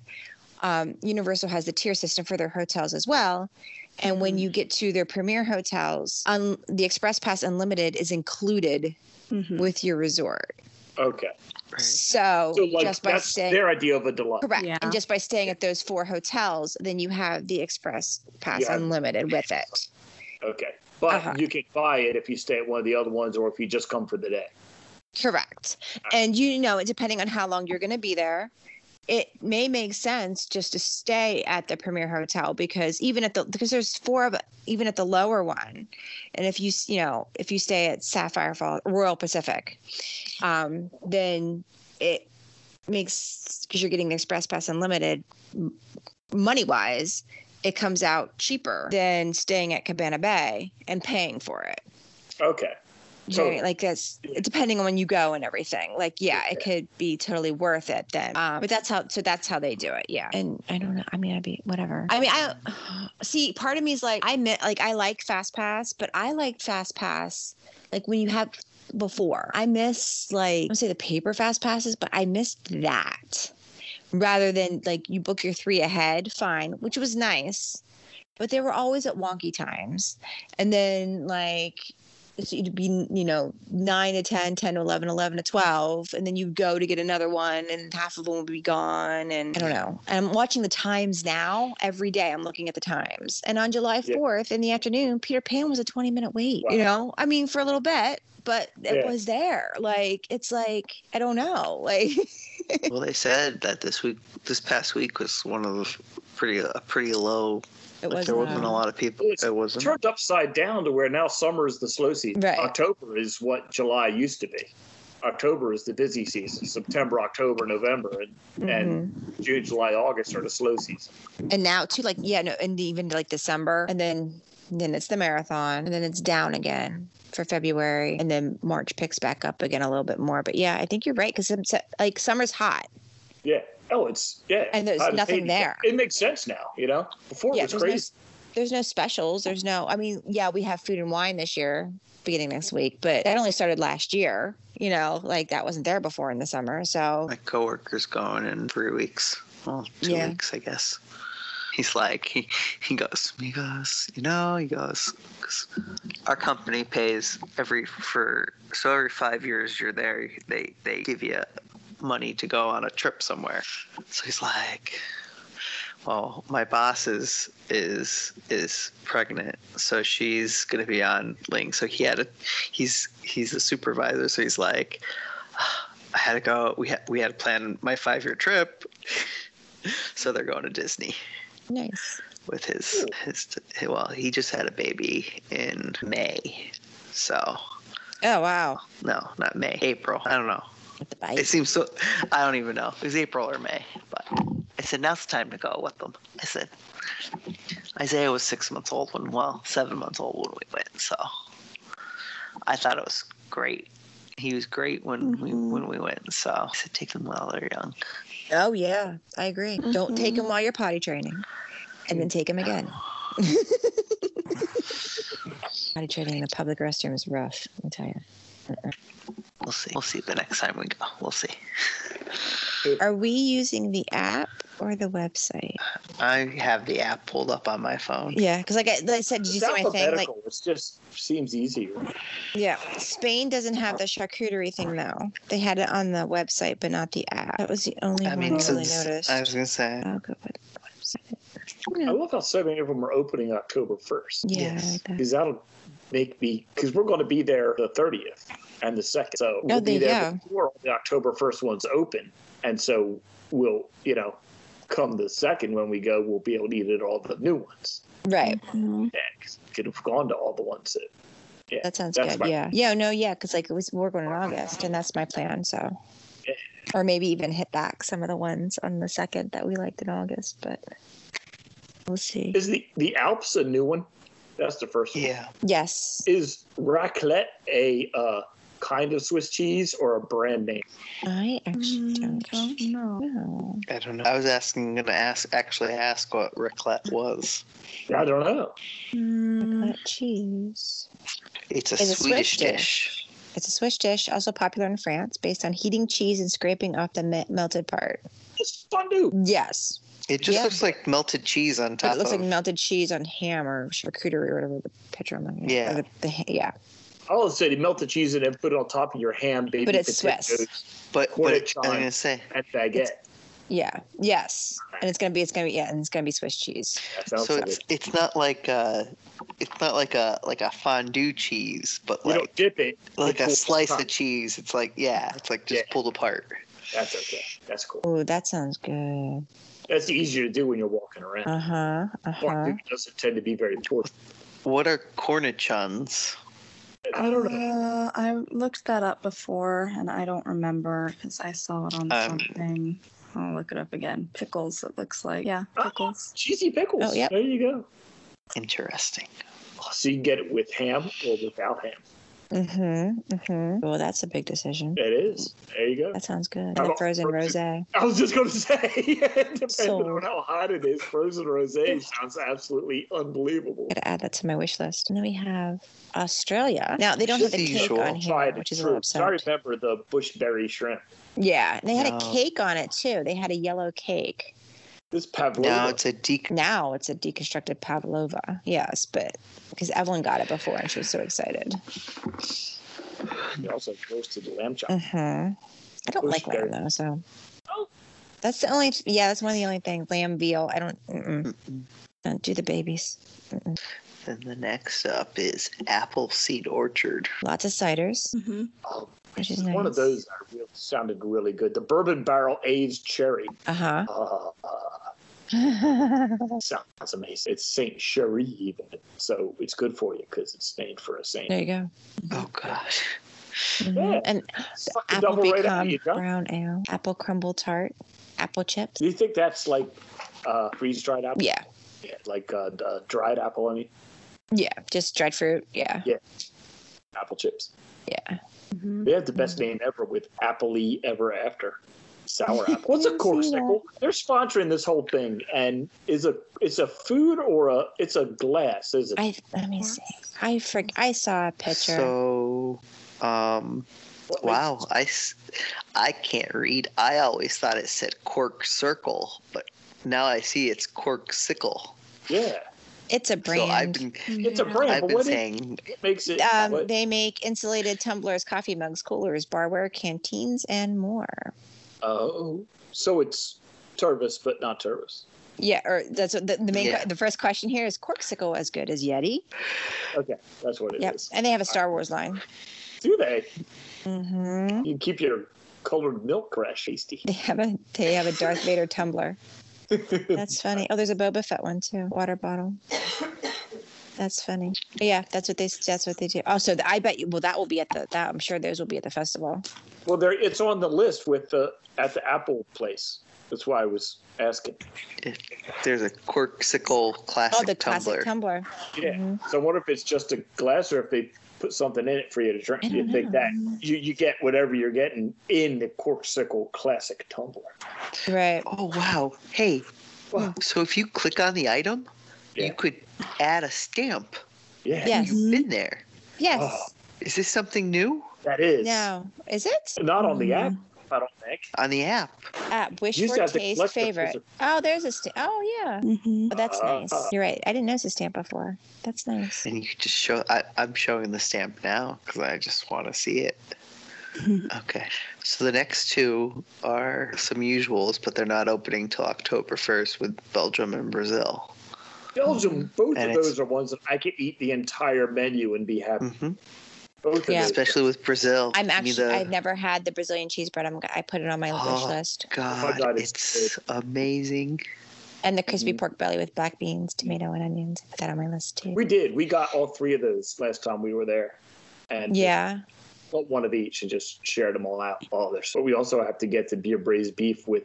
Speaker 4: Um, Universal has the tier system for their hotels as well. And when
Speaker 3: Mhm.
Speaker 4: you get to their premier hotels, un- the Express Pass Unlimited is included
Speaker 3: hmm
Speaker 4: with your resort.
Speaker 2: Okay.
Speaker 1: Right.
Speaker 4: So,
Speaker 2: So like
Speaker 4: just by
Speaker 2: that's
Speaker 4: staying,
Speaker 2: their idea of a deluxe.
Speaker 4: Correct.
Speaker 3: Yeah.
Speaker 4: And just by staying at those four hotels, then you have the express pass
Speaker 2: Yeah.
Speaker 4: unlimited with it.
Speaker 2: Okay. But
Speaker 4: Uh-huh.
Speaker 2: you can buy it if you stay at one of the other ones or if you just come for the day.
Speaker 4: Correct. And you know, depending on how long you're going to be there, it may make sense just to stay at the premier hotel because even at the because there's four of even at the lower one, and if you s- you know if you stay at Sapphire Falls Royal Pacific, um, then it makes because you're getting the express pass unlimited money wise it comes out cheaper than staying at cabana bay and paying for it
Speaker 2: Okay.
Speaker 4: you know what
Speaker 2: So-
Speaker 4: I mean? like that's depending on when you go and everything. Like, yeah, it could be totally worth it then. Um, but that's how. So that's how they do it. Yeah. And I don't know. I mean, I'd be whatever. I mean, I see. Part of me is like, I meant like I like Fast Pass, but I like Fast Pass like when you have before. I miss like I don't say the paper Fast Passes, but I missed that rather than like you book your three ahead. Fine, which was nice. But they were always at wonky times. And then, like, so you'd be you know 9 to 10 10 to 11 11 to 12 and then you go to get another one and half of them will be gone and i don't know and i'm watching the times now every day i'm looking at the times and on july
Speaker 2: Yeah.
Speaker 4: 4th in the afternoon peter pan was a 20 minute wait you
Speaker 2: Wow.
Speaker 4: know i mean for a little bit but it
Speaker 2: Yeah.
Speaker 4: was there like it's like i don't know like
Speaker 1: well, they said that this week, this past week was one of the pretty a pretty low.
Speaker 4: it um,
Speaker 1: like,
Speaker 4: was
Speaker 1: there wasn't a lot of people.
Speaker 2: Well, it's
Speaker 1: It wasn't.
Speaker 2: Turned upside down to where now summer is the slow season.
Speaker 4: Right.
Speaker 2: October is what July used to be. October is the busy season. September, October, November, and
Speaker 4: Mhm.
Speaker 2: June, July, August are the slow season.
Speaker 4: and now too like yeah no and even like december and then and then it's the marathon, and then it's down again for February, and then March picks back up again a little bit more. But yeah, I think you're right because like summer's hot.
Speaker 2: Yeah. Oh, it's yeah.
Speaker 4: And there's
Speaker 2: Hot as
Speaker 4: nothing
Speaker 2: Hades.
Speaker 4: there.
Speaker 2: It makes sense now, you know. Before
Speaker 4: Yeah,
Speaker 2: it was
Speaker 4: there's no
Speaker 2: crazy.
Speaker 4: There's no specials. There's no. I mean, yeah, we have food and wine this year, beginning next week, but that only started last year. You know, like that wasn't there before in the summer. So
Speaker 1: My coworker's going in three weeks. Well, two
Speaker 4: Yeah.
Speaker 1: weeks, I guess. He's like, he, he goes, he goes, you know, he goes, 'cause our company pays every for so every five years you're there, they they give you money to go on a trip somewhere. So he's like, well, my boss is is is pregnant, so she's gonna be on Ling. So he had a, he's he's a supervisor, so he's like, I had to go. We had we had to plan my five year trip, so they're going to Disney
Speaker 4: nice.
Speaker 1: with his his. Well, he just had a baby in May, so
Speaker 4: Oh wow,
Speaker 1: no, not May, April. I don't know.
Speaker 4: with the
Speaker 1: It
Speaker 4: bike.
Speaker 1: seems so. I don't even know. It was April or May, but I said now it's time to go with them. I said Isaiah was six months old when, well, seven months old when we went. So I thought it was great. He was great when we
Speaker 3: Mhm.
Speaker 1: when we went. So I said take them while they're young.
Speaker 4: Oh yeah, I agree. Don't take
Speaker 3: Mhm.
Speaker 4: them while you're potty training, and then take them again. potty training in a public restroom is rough. I tell you.
Speaker 1: We'll see. We'll see the next time we go. We'll see.
Speaker 4: Are we using the app or the website?
Speaker 1: I have the app pulled up on my phone.
Speaker 4: Yeah, because like I, like I said, did you
Speaker 2: It's
Speaker 4: see my thing? Like,
Speaker 2: alphabetical. It's just seems easier.
Speaker 4: yeah, Spain doesn't have the charcuterie thing though. They had it on the website, but not the app. That was the only
Speaker 1: I
Speaker 4: one
Speaker 1: mean,
Speaker 4: I really
Speaker 1: since
Speaker 4: noticed.
Speaker 1: I was gonna say,
Speaker 4: I'll go with the website.
Speaker 2: I
Speaker 4: Hmm.
Speaker 2: love how so many of them are opening October first.
Speaker 4: Yeah,
Speaker 1: Yes.
Speaker 4: I like that.
Speaker 2: Because that'll make me because we're going to be there the thirtieth and the second,
Speaker 4: Oh,
Speaker 2: so we'll be
Speaker 4: there you
Speaker 2: there
Speaker 4: go.
Speaker 2: before all the October first ones open, and so we'll you know come the second when we go, we'll be able to eat at all the new ones.
Speaker 4: Right.
Speaker 2: Mm-hmm.
Speaker 3: Mhm.
Speaker 2: Yeah, 'cause we could have gone to all the ones that. Yeah,
Speaker 4: That sounds
Speaker 2: That's
Speaker 4: good.
Speaker 2: my-
Speaker 4: yeah. Yeah. No. Yeah. Because like it was, we're going in August, and that's my plan. So,
Speaker 2: Yeah.
Speaker 4: or maybe even hit back some of the ones on the second that we liked in August, but we'll see.
Speaker 2: Is the the Alps a new one? That's the first one.
Speaker 1: yeah,
Speaker 4: Yes.
Speaker 2: Is raclette a uh, kind of Swiss cheese or a brand name?
Speaker 4: I actually
Speaker 3: Mm,
Speaker 4: don't.
Speaker 3: don't know.
Speaker 4: know.
Speaker 1: I don't know. I was asking, gonna ask, actually ask what raclette was.
Speaker 2: I don't know.
Speaker 3: Mm,
Speaker 4: Not cheese.
Speaker 1: It's a
Speaker 4: It's a
Speaker 1: Swedish
Speaker 4: Swiss
Speaker 1: dish.
Speaker 4: It's a Swiss dish, also popular in France, based on heating cheese and scraping off the me- melted part.
Speaker 2: It's fondue.
Speaker 4: Yes.
Speaker 1: It just
Speaker 4: Yeah.
Speaker 1: looks like melted cheese on top
Speaker 4: it looks
Speaker 1: of.
Speaker 4: like melted cheese on ham or charcuterie or whatever the picture I'm looking at.
Speaker 1: Yeah.
Speaker 4: Or The, the, ha- yeah.
Speaker 2: All it said, you melt the cheese in and put it on top of your ham, baby
Speaker 4: But it's
Speaker 2: potatoes,
Speaker 1: but but
Speaker 2: quarter
Speaker 1: I'm
Speaker 2: chime.
Speaker 1: gonna say
Speaker 2: and baguette.
Speaker 4: Yeah. Yes. And it's gonna be it's gonna be yeah, and it's gonna be Swiss cheese.
Speaker 2: That sounds
Speaker 1: so.
Speaker 2: good.
Speaker 1: It's it's not like a, it's not like a like a fondue cheese, but
Speaker 2: You
Speaker 1: like
Speaker 2: don't dip it.
Speaker 1: like a
Speaker 2: Cool.
Speaker 1: slice of cheese. It's like yeah, it's like just
Speaker 2: Yeah.
Speaker 1: pulled apart.
Speaker 2: That's okay. That's cool.
Speaker 4: Oh, that sounds good.
Speaker 2: That's easier to do when you're walking around.
Speaker 4: Uh huh. Uh huh.
Speaker 2: Fondue doesn't tend to be very important.
Speaker 1: What are cornichons?
Speaker 2: I don't know.
Speaker 3: Uh, I looked that up before and I don't remember because I saw it on
Speaker 1: Um,
Speaker 3: something. I'll look it up again. Pickles, it looks like. Yeah,
Speaker 2: Ah.
Speaker 3: pickles.
Speaker 2: Cheesy pickles.
Speaker 4: Oh, yep.
Speaker 2: There you go. Oh,
Speaker 1: Interesting.
Speaker 2: So you can get it with ham or without ham.
Speaker 4: Mhm. Mhm. Well, that's a big decision.
Speaker 2: It is. There you go.
Speaker 4: That sounds good.
Speaker 2: How
Speaker 4: And a
Speaker 2: about
Speaker 4: frozen
Speaker 2: frozen-
Speaker 4: rosé.
Speaker 2: I was just going to say, depending
Speaker 4: So-
Speaker 2: on how hot it is, frozen rosé sounds absolutely unbelievable.
Speaker 4: Gotta add that to my wish list. And then we have Australia. Now they don't have a
Speaker 1: Just the
Speaker 4: cake
Speaker 1: usual.
Speaker 4: on
Speaker 2: Tried
Speaker 4: here,
Speaker 2: and
Speaker 4: which is a
Speaker 2: true.
Speaker 4: little
Speaker 2: I
Speaker 4: upset.
Speaker 2: remember the bushberry shrimp.
Speaker 4: Yeah, they had
Speaker 1: No.
Speaker 4: a cake on it too. They had a yellow cake.
Speaker 2: This pavlova.
Speaker 1: Now it's a dec.
Speaker 4: Now it's a deconstructed pavlova. Yes, but because Evelyn got it before and she was so excited.
Speaker 2: They also roasted the lamb chop.
Speaker 4: Mm-hmm. I don't like lamb
Speaker 2: Gooseberry.
Speaker 4: though, so
Speaker 2: Oh.
Speaker 4: that's the only. Yeah, that's one of the only things. Lamb, veal. I don't. Mm-mm, don't do the babies. Mm-mm.
Speaker 1: And the next up is apple seed orchard.
Speaker 4: Lots of ciders,
Speaker 3: hmm
Speaker 2: Oh,
Speaker 4: which is
Speaker 2: it's
Speaker 4: nice.
Speaker 2: One of those that really, sounded really good. The bourbon barrel aged cherry.
Speaker 4: Uh huh.
Speaker 2: Uh, sounds amazing. It's Saint Cherie, even. So it's good for you because it's named for a saint.
Speaker 4: there you go.
Speaker 1: Oh gosh.
Speaker 4: Mhm.
Speaker 2: Yeah.
Speaker 4: And
Speaker 2: Suck the
Speaker 4: apple
Speaker 2: double right out
Speaker 4: pecan
Speaker 2: of you, John.
Speaker 4: brown ale, apple crumble tart, apple chips.
Speaker 2: Do you think that's like uh, freeze dried apple?
Speaker 4: Yeah.
Speaker 2: Yeah, like uh, d- uh, dried apple, I mean.
Speaker 4: Yeah, just dried fruit. Yeah,
Speaker 2: Apple chips.
Speaker 4: yeah.
Speaker 3: Mhm.
Speaker 2: They have the best name ever with Appley Ever After. Sour apple. What's a
Speaker 4: I didn't see
Speaker 2: corsicle? They're sponsoring this whole thing, and is a it's a food or a it's a glass, is it?
Speaker 4: I let me see. I forg I saw a picture.
Speaker 1: So, um,
Speaker 2: What makes-
Speaker 1: wow, I, s- I can't read. I always thought it said cork circle, but now I see it's cork sickle.
Speaker 2: Yeah,
Speaker 4: it's a
Speaker 1: So I've
Speaker 4: brand.
Speaker 1: been,
Speaker 2: it's a
Speaker 3: Mm-hmm.
Speaker 2: brand.
Speaker 1: I've
Speaker 2: but
Speaker 1: been
Speaker 2: what is-
Speaker 1: saying,
Speaker 2: what makes it?
Speaker 4: um,
Speaker 2: what-
Speaker 4: they make insulated tumblers, coffee mugs, coolers, barware, canteens, and more.
Speaker 2: oh, so it's Tervis, but not Tervis.
Speaker 4: Yeah, or that's what the, the main.
Speaker 1: Yeah.
Speaker 4: que- the first question here is: Corksicle as good as Yeti?
Speaker 2: Okay, that's what it is.
Speaker 4: Yep, and they have a Star Wars line.
Speaker 2: Do they?
Speaker 4: hmm
Speaker 2: You keep your colored milk fresh, tasty.
Speaker 4: They have a they have a Darth Vader tumbler. That's funny. Oh, there's a Boba Fett one too. Water bottle. That's funny. But yeah, that's what they that's what they do. Also, the, I bet you. Well, that will be at the that I'm sure those will be at the festival.
Speaker 2: Well, there it's on the list with the at the Apple place. That's why I was asking.
Speaker 1: there's a cork sickle classic
Speaker 4: Oh, the
Speaker 1: tumbler.
Speaker 4: classic tumbler.
Speaker 2: Yeah.
Speaker 4: Mhm.
Speaker 2: So I wonder if it's just a glass or if they put something in it for you to drink.
Speaker 4: I
Speaker 2: You
Speaker 4: don't
Speaker 2: think
Speaker 4: know.
Speaker 2: that you, you get whatever you're getting in the corksicle classic tumbler.
Speaker 4: Right.
Speaker 1: oh, wow. Hey,
Speaker 2: Wow.
Speaker 1: so if you click on the item,
Speaker 2: Yeah.
Speaker 1: you could add a stamp.
Speaker 2: Yeah.
Speaker 4: Yes.
Speaker 1: You've been there.
Speaker 4: Yes.
Speaker 2: Oh,
Speaker 1: Is this something new
Speaker 2: that is.
Speaker 4: No. Is it?
Speaker 2: Not on the
Speaker 4: Mm.
Speaker 2: app, I don't think.
Speaker 1: on the app?
Speaker 4: App wish
Speaker 2: You
Speaker 4: for
Speaker 2: said the
Speaker 4: taste
Speaker 2: collector
Speaker 4: favorite.
Speaker 2: visit.
Speaker 4: Oh, there's a sta- oh yeah.
Speaker 3: Mhm.
Speaker 4: Oh, that's
Speaker 2: Ah.
Speaker 4: nice. You're right. I didn't notice a stamp before. That's nice.
Speaker 1: And you could just show. I, I'm showing the stamp now because I just want to see it. Okay. So the next two are some usuals, but they're not opening till October 1st with Belgium and Brazil.
Speaker 2: Belgium, both
Speaker 1: And
Speaker 2: of
Speaker 1: it's-
Speaker 2: those are ones that I could eat the entire menu and be happy.
Speaker 1: hmm
Speaker 2: Both of
Speaker 4: Yeah.
Speaker 2: those.
Speaker 1: Especially with Brazil.
Speaker 4: I'm
Speaker 1: I mean,
Speaker 4: actually.
Speaker 1: the-
Speaker 4: I've never had the Brazilian cheese bread. I'm. g- I put it on my wish
Speaker 1: Oh.
Speaker 4: list.
Speaker 1: God,
Speaker 2: God, it's
Speaker 1: it's, amazing.
Speaker 4: And the crispy
Speaker 1: Mm-hmm.
Speaker 2: Mhm.
Speaker 4: pork belly with black beans, tomato, and onions. I put that on my list too.
Speaker 2: We did. We got all three of those last time we were there. And
Speaker 4: yeah.
Speaker 2: got one of each and just shared them all out. All this. But we also have to get the beer braised beef with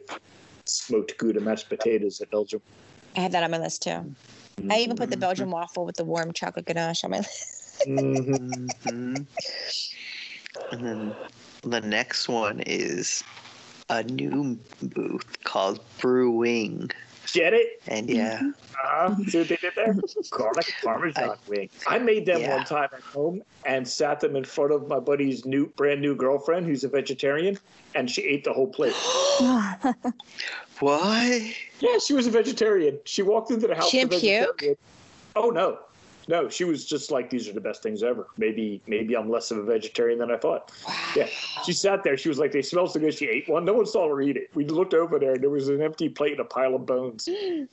Speaker 2: smoked gouda mashed potatoes at Belgium.
Speaker 4: I had that on my list too. I even
Speaker 1: Mm-hmm.
Speaker 4: put the Belgian waffle with the warm chocolate ganache on my list.
Speaker 2: Mhm.
Speaker 1: hmm And then the next one is a new booth called Brewing.
Speaker 2: Get it?
Speaker 1: And yeah,
Speaker 2: Uh, see what they did there? Garlic Parmesan wing. I made them
Speaker 1: Yeah.
Speaker 2: one time at home and sat them in front of my buddy's new, brand new girlfriend who's a vegetarian, and she ate the whole plate. Mm-hmm.
Speaker 1: what?
Speaker 2: Yeah, she was a vegetarian. She walked into the house.
Speaker 4: She
Speaker 2: a
Speaker 4: didn't puke?
Speaker 2: vegetarian. Oh no, no. She was just like, "These are the best things ever." Maybe, maybe I'm less of a vegetarian than I thought. Yeah, she sat there. She was like, "They smell so good." She ate one. No one saw her eat it. We looked over there, and there was an empty plate and a pile of bones. We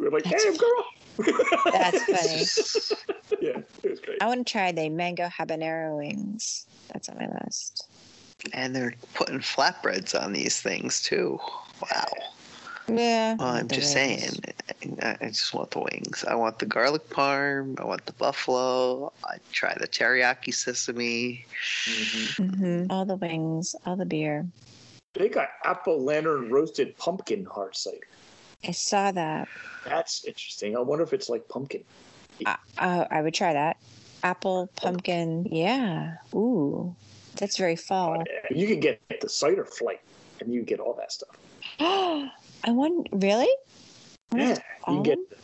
Speaker 2: were like,
Speaker 4: That's
Speaker 2: "Damn, girl."
Speaker 4: That's funny. Oh.
Speaker 2: yeah, it was great.
Speaker 4: I want to try the mango habanero wings. That's on my list.
Speaker 1: And they're putting flatbreads on these things too. Wow.
Speaker 4: Yeah.
Speaker 1: Well, I'm
Speaker 4: the
Speaker 1: just
Speaker 4: wings.
Speaker 1: saying. I I just want the wings. I want the garlic parm. I want the buffalo. I try the teriyaki sesame.
Speaker 4: Mhm. All the wings, all the beer.
Speaker 2: They got apple lantern roasted pumpkin hard cider.
Speaker 4: I saw that.
Speaker 2: That's interesting. I wonder if it's like pumpkin.
Speaker 4: Oh, I would try that. Apple, pumpkin. Yeah. Ooh, that's very fall.
Speaker 2: You can get the cider flight, and you get all that stuff.
Speaker 4: I want really.
Speaker 2: Yeah, you can get
Speaker 4: Almond?
Speaker 2: the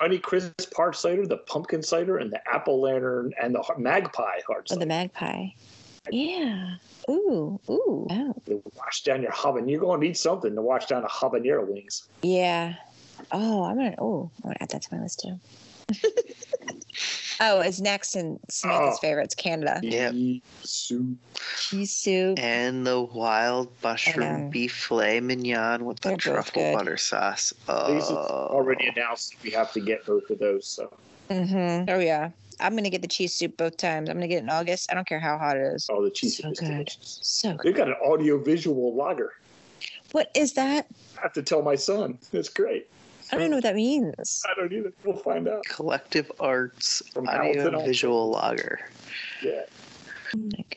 Speaker 2: honey crisp hard cider, the pumpkin cider, and the apple lantern, and the har- magpie hard
Speaker 4: Oh,
Speaker 2: cider.
Speaker 4: the magpie. Yeah. Ooh. Ooh. Oh.
Speaker 2: they wash down your habanero. You're going to need something to wash down the habanero wings.
Speaker 4: Yeah. Oh, I'm gonna. Oh, I want to add that to my list too. oh, it's next in Samantha's
Speaker 2: Oh.
Speaker 4: favorites, Canada.
Speaker 1: Yep.
Speaker 2: Pea soup.
Speaker 4: Cheese soup.
Speaker 1: And the wild mushroom
Speaker 4: know.
Speaker 1: beef filet mignon with the
Speaker 4: They're both
Speaker 1: truffle
Speaker 4: good.
Speaker 1: butter sauce.
Speaker 2: Lisa's
Speaker 1: Oh,
Speaker 2: already announced that we have to get both of those. So,
Speaker 4: Mm-hmm. Oh yeah. I'm gonna get the cheese soup both times. I'm gonna get it in August. I don't care how hot it is.
Speaker 2: all the Oh, cheese
Speaker 4: So
Speaker 2: is
Speaker 4: good.
Speaker 2: delicious.
Speaker 4: So good.
Speaker 2: They've got an audio-visual lager.
Speaker 4: What is that?
Speaker 2: I have to tell my son. It's great.
Speaker 4: I don't even know what that means.
Speaker 2: I don't either. We'll find out.
Speaker 1: Collective Arts
Speaker 2: From Hamilton
Speaker 1: Audio
Speaker 2: also.
Speaker 1: Visual Lager.
Speaker 2: Yeah.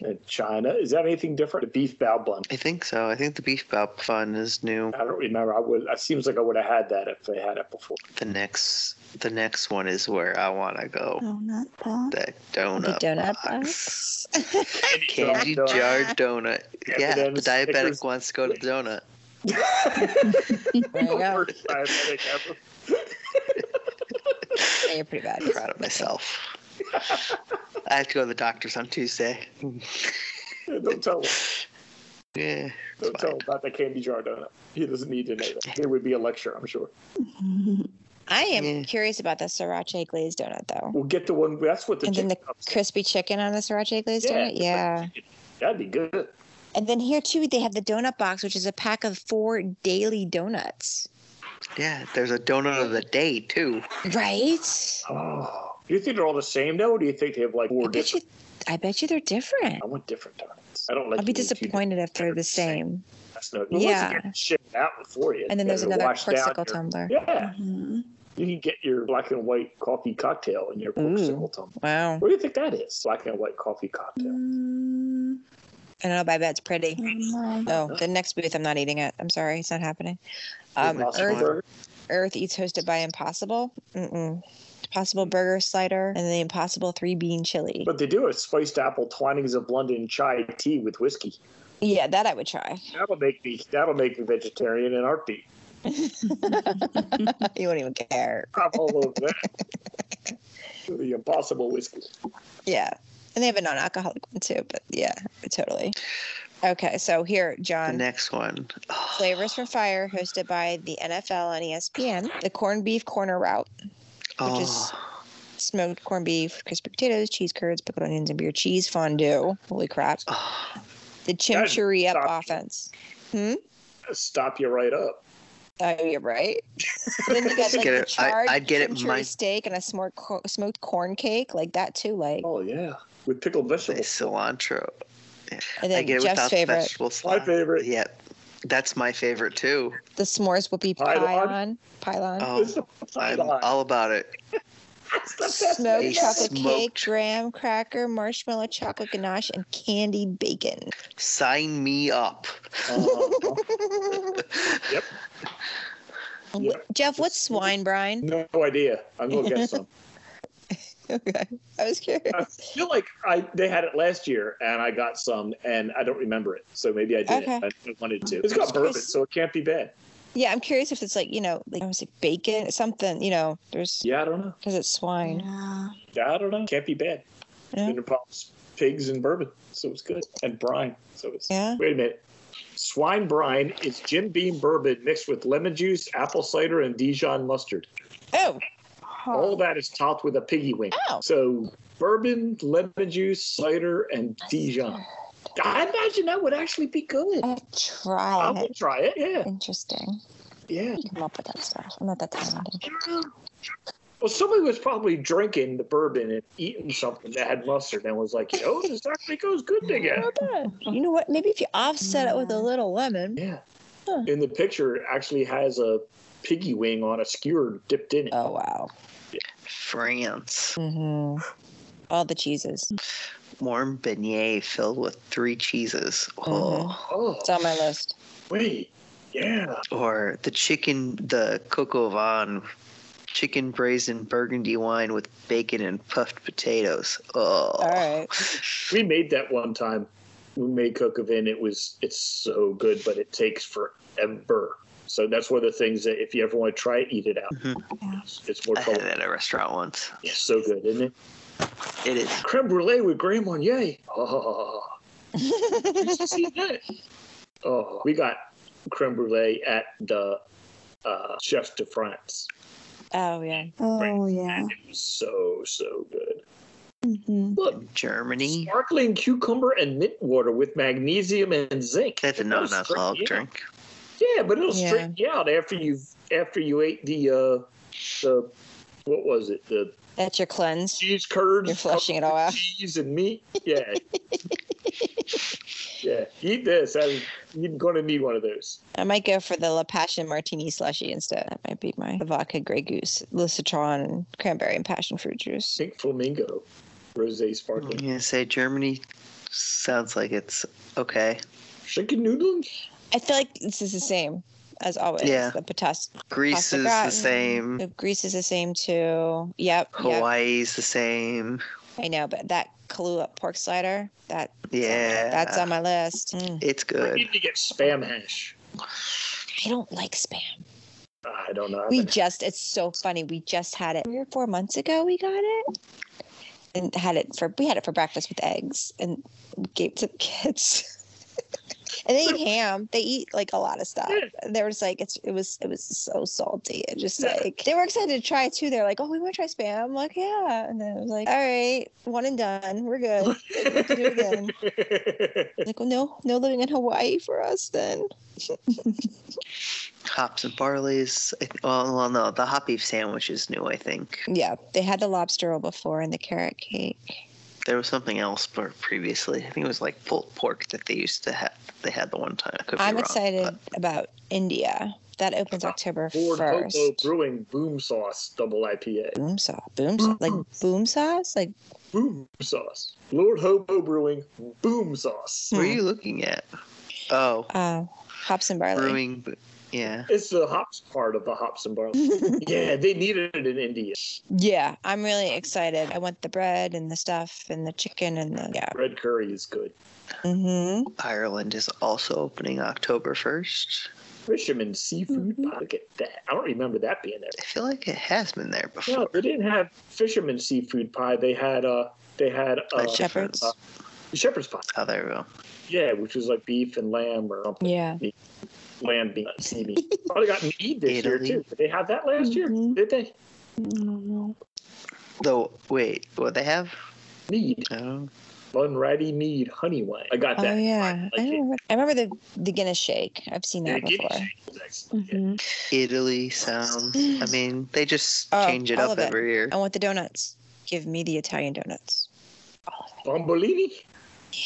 Speaker 2: And China. Is that anything different? The beef bao bun.
Speaker 1: I think so. I think the beef bout fun is new.
Speaker 2: I don't remember. I would. It seems like I would have had that if they had it before.
Speaker 1: The next, the next one is where I want to go.
Speaker 3: Donut box.
Speaker 1: That donut,
Speaker 4: The donut
Speaker 1: box.
Speaker 2: Candy
Speaker 1: Candy jar donut. Yeah,
Speaker 2: Yeah, but
Speaker 1: the
Speaker 2: then
Speaker 1: diabetic
Speaker 2: Snickers-
Speaker 1: wants to go to the donut.
Speaker 4: There you go.
Speaker 2: Worst diabetic ever.
Speaker 4: Yeah, you're pretty bad.
Speaker 1: Proud of myself. I have to go to the doctor's on Tuesday.
Speaker 2: Don't tell him.
Speaker 1: Yeah,
Speaker 2: Don't
Speaker 1: It's
Speaker 2: tell
Speaker 1: fine.
Speaker 2: him about the candy jar donut. He doesn't need to know that. There would be a lecture, I'm sure.
Speaker 3: Mm-hmm.
Speaker 4: I am
Speaker 1: Yeah.
Speaker 4: curious about the sriracha glazed donut though.
Speaker 2: We'll get the one. That's what the
Speaker 4: and
Speaker 2: chicken
Speaker 4: then the
Speaker 2: comes.
Speaker 4: crispy chicken on the sriracha glazed
Speaker 2: Yeah,
Speaker 4: donut.
Speaker 2: it's like
Speaker 4: Yeah.
Speaker 2: That'd be good.
Speaker 4: And then here too, they have the donut box, which is a pack of four daily donuts.
Speaker 1: yeah. There's a donut of the day too.
Speaker 4: Right?
Speaker 2: Oh, do you think they're all the same though? Or do you think they have like
Speaker 4: I
Speaker 2: four
Speaker 4: bet you
Speaker 2: different?
Speaker 4: I bet you they're different.
Speaker 2: I want different donuts. I don't like.
Speaker 4: I'll be
Speaker 2: eating two
Speaker 4: disappointed if they're the
Speaker 2: donuts at
Speaker 4: same.
Speaker 2: That's no. Well, yeah.
Speaker 4: Yeah.
Speaker 2: Get the shit out before you.
Speaker 4: And then
Speaker 2: You
Speaker 4: there's
Speaker 2: gotta
Speaker 4: another
Speaker 2: wash down
Speaker 4: popsicle
Speaker 2: your-
Speaker 4: tumbler.
Speaker 2: Yeah,
Speaker 3: Mhm.
Speaker 2: you can get your black and white coffee cocktail and your popsicle tumbler.
Speaker 4: Wow.
Speaker 2: What do you think that is? Black and white coffee cocktail.
Speaker 3: Mm,
Speaker 4: I don't know, but I bet it's pretty.
Speaker 3: oh my.
Speaker 4: Oh, the next booth, I'm not eating it. I'm sorry, it's not happening. Um,
Speaker 1: Impossible
Speaker 4: Earth,
Speaker 1: Burger.
Speaker 4: Earth Eats hosted by Impossible. Mm-mm. Impossible Burger Slider and the Impossible Three Bean Chili.
Speaker 2: But they do a spiced apple twinings of London chai tea with whiskey.
Speaker 4: yeah, that I would try.
Speaker 2: That'll make me. That'll make me vegetarian in a heartbeat.
Speaker 4: you wouldn't even care.
Speaker 2: I'm all over that. the impossible whiskey.
Speaker 4: Yeah. And they have a non alcoholic one too, but yeah, totally. Okay, so here,
Speaker 1: The
Speaker 4: John.
Speaker 1: next one. Oh,
Speaker 4: Flavors for Fire, hosted by the NFL and ESPN. The corned beef corner route,
Speaker 1: oh,
Speaker 4: is- smoked corned beef, crispy potatoes, cheese curds, pickled onions, and beer cheese fondue. Holy crap.
Speaker 1: oh,
Speaker 4: The chimchurri up
Speaker 2: stop.
Speaker 4: offense. Hmm?
Speaker 2: Stop you right up.
Speaker 4: Oh, you're right. then you got
Speaker 1: Just
Speaker 4: like
Speaker 1: get
Speaker 4: the
Speaker 1: it- I-
Speaker 4: charred
Speaker 1: I'd get it
Speaker 4: chimichurri
Speaker 1: my-
Speaker 4: steak and a smoked, co- smoked corn cake, like that too. Like,
Speaker 2: Oh yeah, with pickled
Speaker 1: the
Speaker 2: vegetables.
Speaker 1: cilantro.
Speaker 4: and
Speaker 1: I
Speaker 4: then
Speaker 1: get it
Speaker 4: Jeff's
Speaker 1: without the
Speaker 4: favorite,
Speaker 1: vegetable
Speaker 2: My
Speaker 1: salad.
Speaker 2: favorite.
Speaker 1: Yep, that's my favorite too.
Speaker 4: the s'mores whoopie
Speaker 2: Pylon.
Speaker 4: pylon. Pylon.
Speaker 1: Oh,
Speaker 2: It's the
Speaker 1: I'm
Speaker 2: pylon.
Speaker 1: all about it.
Speaker 2: It's the best
Speaker 4: Smoked
Speaker 1: They
Speaker 2: thing
Speaker 4: chocolate cake,
Speaker 1: smoked-
Speaker 4: graham cracker, marshmallow chocolate ganache, and candied bacon.
Speaker 1: Sign me up.
Speaker 2: ever. Uh,
Speaker 4: W-
Speaker 2: Yep.
Speaker 4: Jeff, what's swine brine?
Speaker 2: no idea. I'm gonna get some.
Speaker 4: Okay. I was
Speaker 2: I
Speaker 4: curious.
Speaker 2: feel like I they had it last year and I got some and I don't remember it. So maybe I did.
Speaker 4: Okay.
Speaker 2: I I wanted to. It's got bourbon, so it can't be bad.
Speaker 4: Yeah, I'm curious if it's like, you know, like I was like bacon, something, you know, there's
Speaker 2: Yeah, I don't know.
Speaker 4: because it's swine.
Speaker 3: Yeah.
Speaker 2: Yeah, I don't know. Can't be bad.
Speaker 4: Yeah.
Speaker 2: And it pops pigs and bourbon, so it's good. And brine, so it's.
Speaker 4: Yeah.
Speaker 2: Wait a minute. Swine brine is Jim Beam bourbon mixed with lemon juice, apple cider, and Dijon mustard.
Speaker 4: Oh,
Speaker 2: All that is topped with a piggy wing.
Speaker 4: Oh.
Speaker 2: So bourbon, lemon juice, cider, and Dijon. I imagine that would actually be good.
Speaker 4: I
Speaker 2: I
Speaker 4: tried
Speaker 2: will
Speaker 4: it.
Speaker 2: try it. Yeah,
Speaker 4: Interesting.
Speaker 2: yeah.
Speaker 4: You come up with that stuff. I'm not that talented.
Speaker 2: Well, somebody was probably drinking the bourbon and eating something that had mustard and was like, "Yo, this actually goes good together."
Speaker 4: You know what? Maybe if you offset it with a little lemon.
Speaker 2: Yeah.
Speaker 4: Huh.
Speaker 2: In the picture, it actually has a piggy wing on a skewer dipped in it.
Speaker 4: Oh, wow.
Speaker 1: France.
Speaker 4: hmm All the cheeses.
Speaker 1: Warm beignet filled with three cheeses. Oh.
Speaker 2: Oh,
Speaker 4: It's on my list.
Speaker 2: wait, yeah.
Speaker 1: Or the chicken, the coco van, chicken braised burgundy wine with bacon and puffed potatoes. Oh.
Speaker 4: All right.
Speaker 2: We made that one time. We made coca vin. It was it's so good, but it takes forever. So that's one of the things that if you ever want to try it, eat it out.
Speaker 1: Mhm.
Speaker 2: It's, it's more
Speaker 1: I had it
Speaker 2: trouble.
Speaker 1: at a restaurant once.
Speaker 2: It's so good, isn't it?
Speaker 1: It is.
Speaker 2: creme brulee with Graham Marnier. Oh, you should see that. Oh, we got creme brulee at the uh, Chef de France.
Speaker 4: Oh, yeah.
Speaker 3: Oh yeah.
Speaker 2: And it was so, so good.
Speaker 3: hmm
Speaker 2: Look,
Speaker 1: In Germany.
Speaker 2: sparkling cucumber and mint water with magnesium and zinc.
Speaker 1: That's a
Speaker 2: It'll
Speaker 1: non alcoholic
Speaker 2: straighten you out.
Speaker 1: drink.
Speaker 2: Yeah, but it'll
Speaker 4: Yeah.
Speaker 2: straighten you out after you after you ate the uh, the what was it the
Speaker 4: That's your cleanse.
Speaker 2: cheese curds.
Speaker 4: You're flushing it all out.
Speaker 2: Cheese and meat. Yeah. yeah. Eat this. I, you're going to need one of those.
Speaker 4: I might go for the La Passion Martini slushy instead. That might be my vodka Grey Goose, Le Citron, and cranberry and passion fruit juice.
Speaker 2: Pink flamingo, rose sparkling.
Speaker 1: You gonna say Germany Sounds like it's okay.
Speaker 2: Chicken noodles?
Speaker 4: I feel like this is the same as always.
Speaker 1: Yeah.
Speaker 4: The patas-
Speaker 1: Greece
Speaker 4: pasta
Speaker 1: is
Speaker 4: gratin.
Speaker 1: the same.
Speaker 4: The grease is the same too. Yep. yep.
Speaker 1: Hawaii's the same.
Speaker 4: I know, but that Kahlua pork slider, that
Speaker 1: Yeah. um,
Speaker 4: that's on my list. Mm.
Speaker 1: It's
Speaker 2: I
Speaker 1: good.
Speaker 2: need to get spam hash.
Speaker 4: I don't like spam.
Speaker 2: I don't know.
Speaker 4: We just, it's so funny. We just had it three or four months ago. We got it and had it for, we had it for breakfast with eggs and we gave it to the kids. and they eat ham. They eat like a lot of stuff. They were just like, it's, it was, it was so salty. And just
Speaker 2: Yeah.
Speaker 4: like, they were excited to try it too. They're like, oh, we want to try spam. I'm like, yeah. And then I was like, all right, one and done. We're good. do it again. like, well, no, no living in Hawaii for us then.
Speaker 1: Hops and barley's. I th- Well, well, no, the hot beef sandwich is new. I think
Speaker 4: Yeah. They had the lobster roll before and the carrot cake.
Speaker 1: there was something else, but previously, I think it was like pulled pork that they used to have. They had the one time. I could be
Speaker 4: I'm
Speaker 1: wrong,
Speaker 4: excited
Speaker 1: but-
Speaker 4: about India. That opens
Speaker 2: Uh,
Speaker 4: October
Speaker 2: Ford Cocoa
Speaker 4: first.
Speaker 2: Brewing Boom Sauce Double IPA.
Speaker 4: Boom sauce, boom sauce, like
Speaker 2: Mm.
Speaker 4: boom sauce, like
Speaker 2: Boom Sauce. Lord Hobo Brewing Boom Sauce.
Speaker 1: What are
Speaker 4: Hmm.
Speaker 1: you looking at? Oh,
Speaker 4: uh, hops and barley.
Speaker 1: brewing. b- Yeah.
Speaker 2: It's the hops part of the hops and barley. yeah, they needed it in India.
Speaker 4: yeah, I'm really excited. I want the bread and the stuff and the chicken and the yeah.
Speaker 2: Red curry is good.
Speaker 4: hmm
Speaker 1: Ireland is also opening October first.
Speaker 2: Fisherman Seafood Pie. Look at that. I don't remember that being there.
Speaker 1: I feel like it has been there before.
Speaker 2: No, they didn't have Fisherman Seafood Pie. They had uh they had uh,
Speaker 1: That's
Speaker 4: Chef-
Speaker 1: different.
Speaker 4: Shepherds.
Speaker 1: Oh,
Speaker 2: shepherd's pie.
Speaker 1: there we go.
Speaker 2: Yeah, which was like beef and lamb or something.
Speaker 4: Yeah.
Speaker 2: Lamb beef, sea meat. Oh, they got meat this year
Speaker 1: Italy.
Speaker 2: too. Did they have that last year?
Speaker 4: Mm-hmm.
Speaker 3: Mhm.
Speaker 2: Did they?
Speaker 3: No,
Speaker 1: Though, wait, what they have?
Speaker 2: Mead.
Speaker 1: Oh,
Speaker 2: Bunratty mead honey wine. I got
Speaker 4: Oh
Speaker 2: that.
Speaker 4: yeah.
Speaker 2: I
Speaker 4: I,
Speaker 2: like it.
Speaker 4: remember, I remember the the Guinness shake. I've seen
Speaker 2: Yeah,
Speaker 4: that
Speaker 2: Guinness
Speaker 4: before. Mm-hmm.
Speaker 2: shake was excellent, yeah.
Speaker 1: Italy sounds. I mean, they just
Speaker 4: Mm. Oh,
Speaker 1: change it up
Speaker 4: all of it.
Speaker 1: every year.
Speaker 4: I want the donuts. Give me the Italian donuts.
Speaker 2: Bombolini?
Speaker 4: Yeah.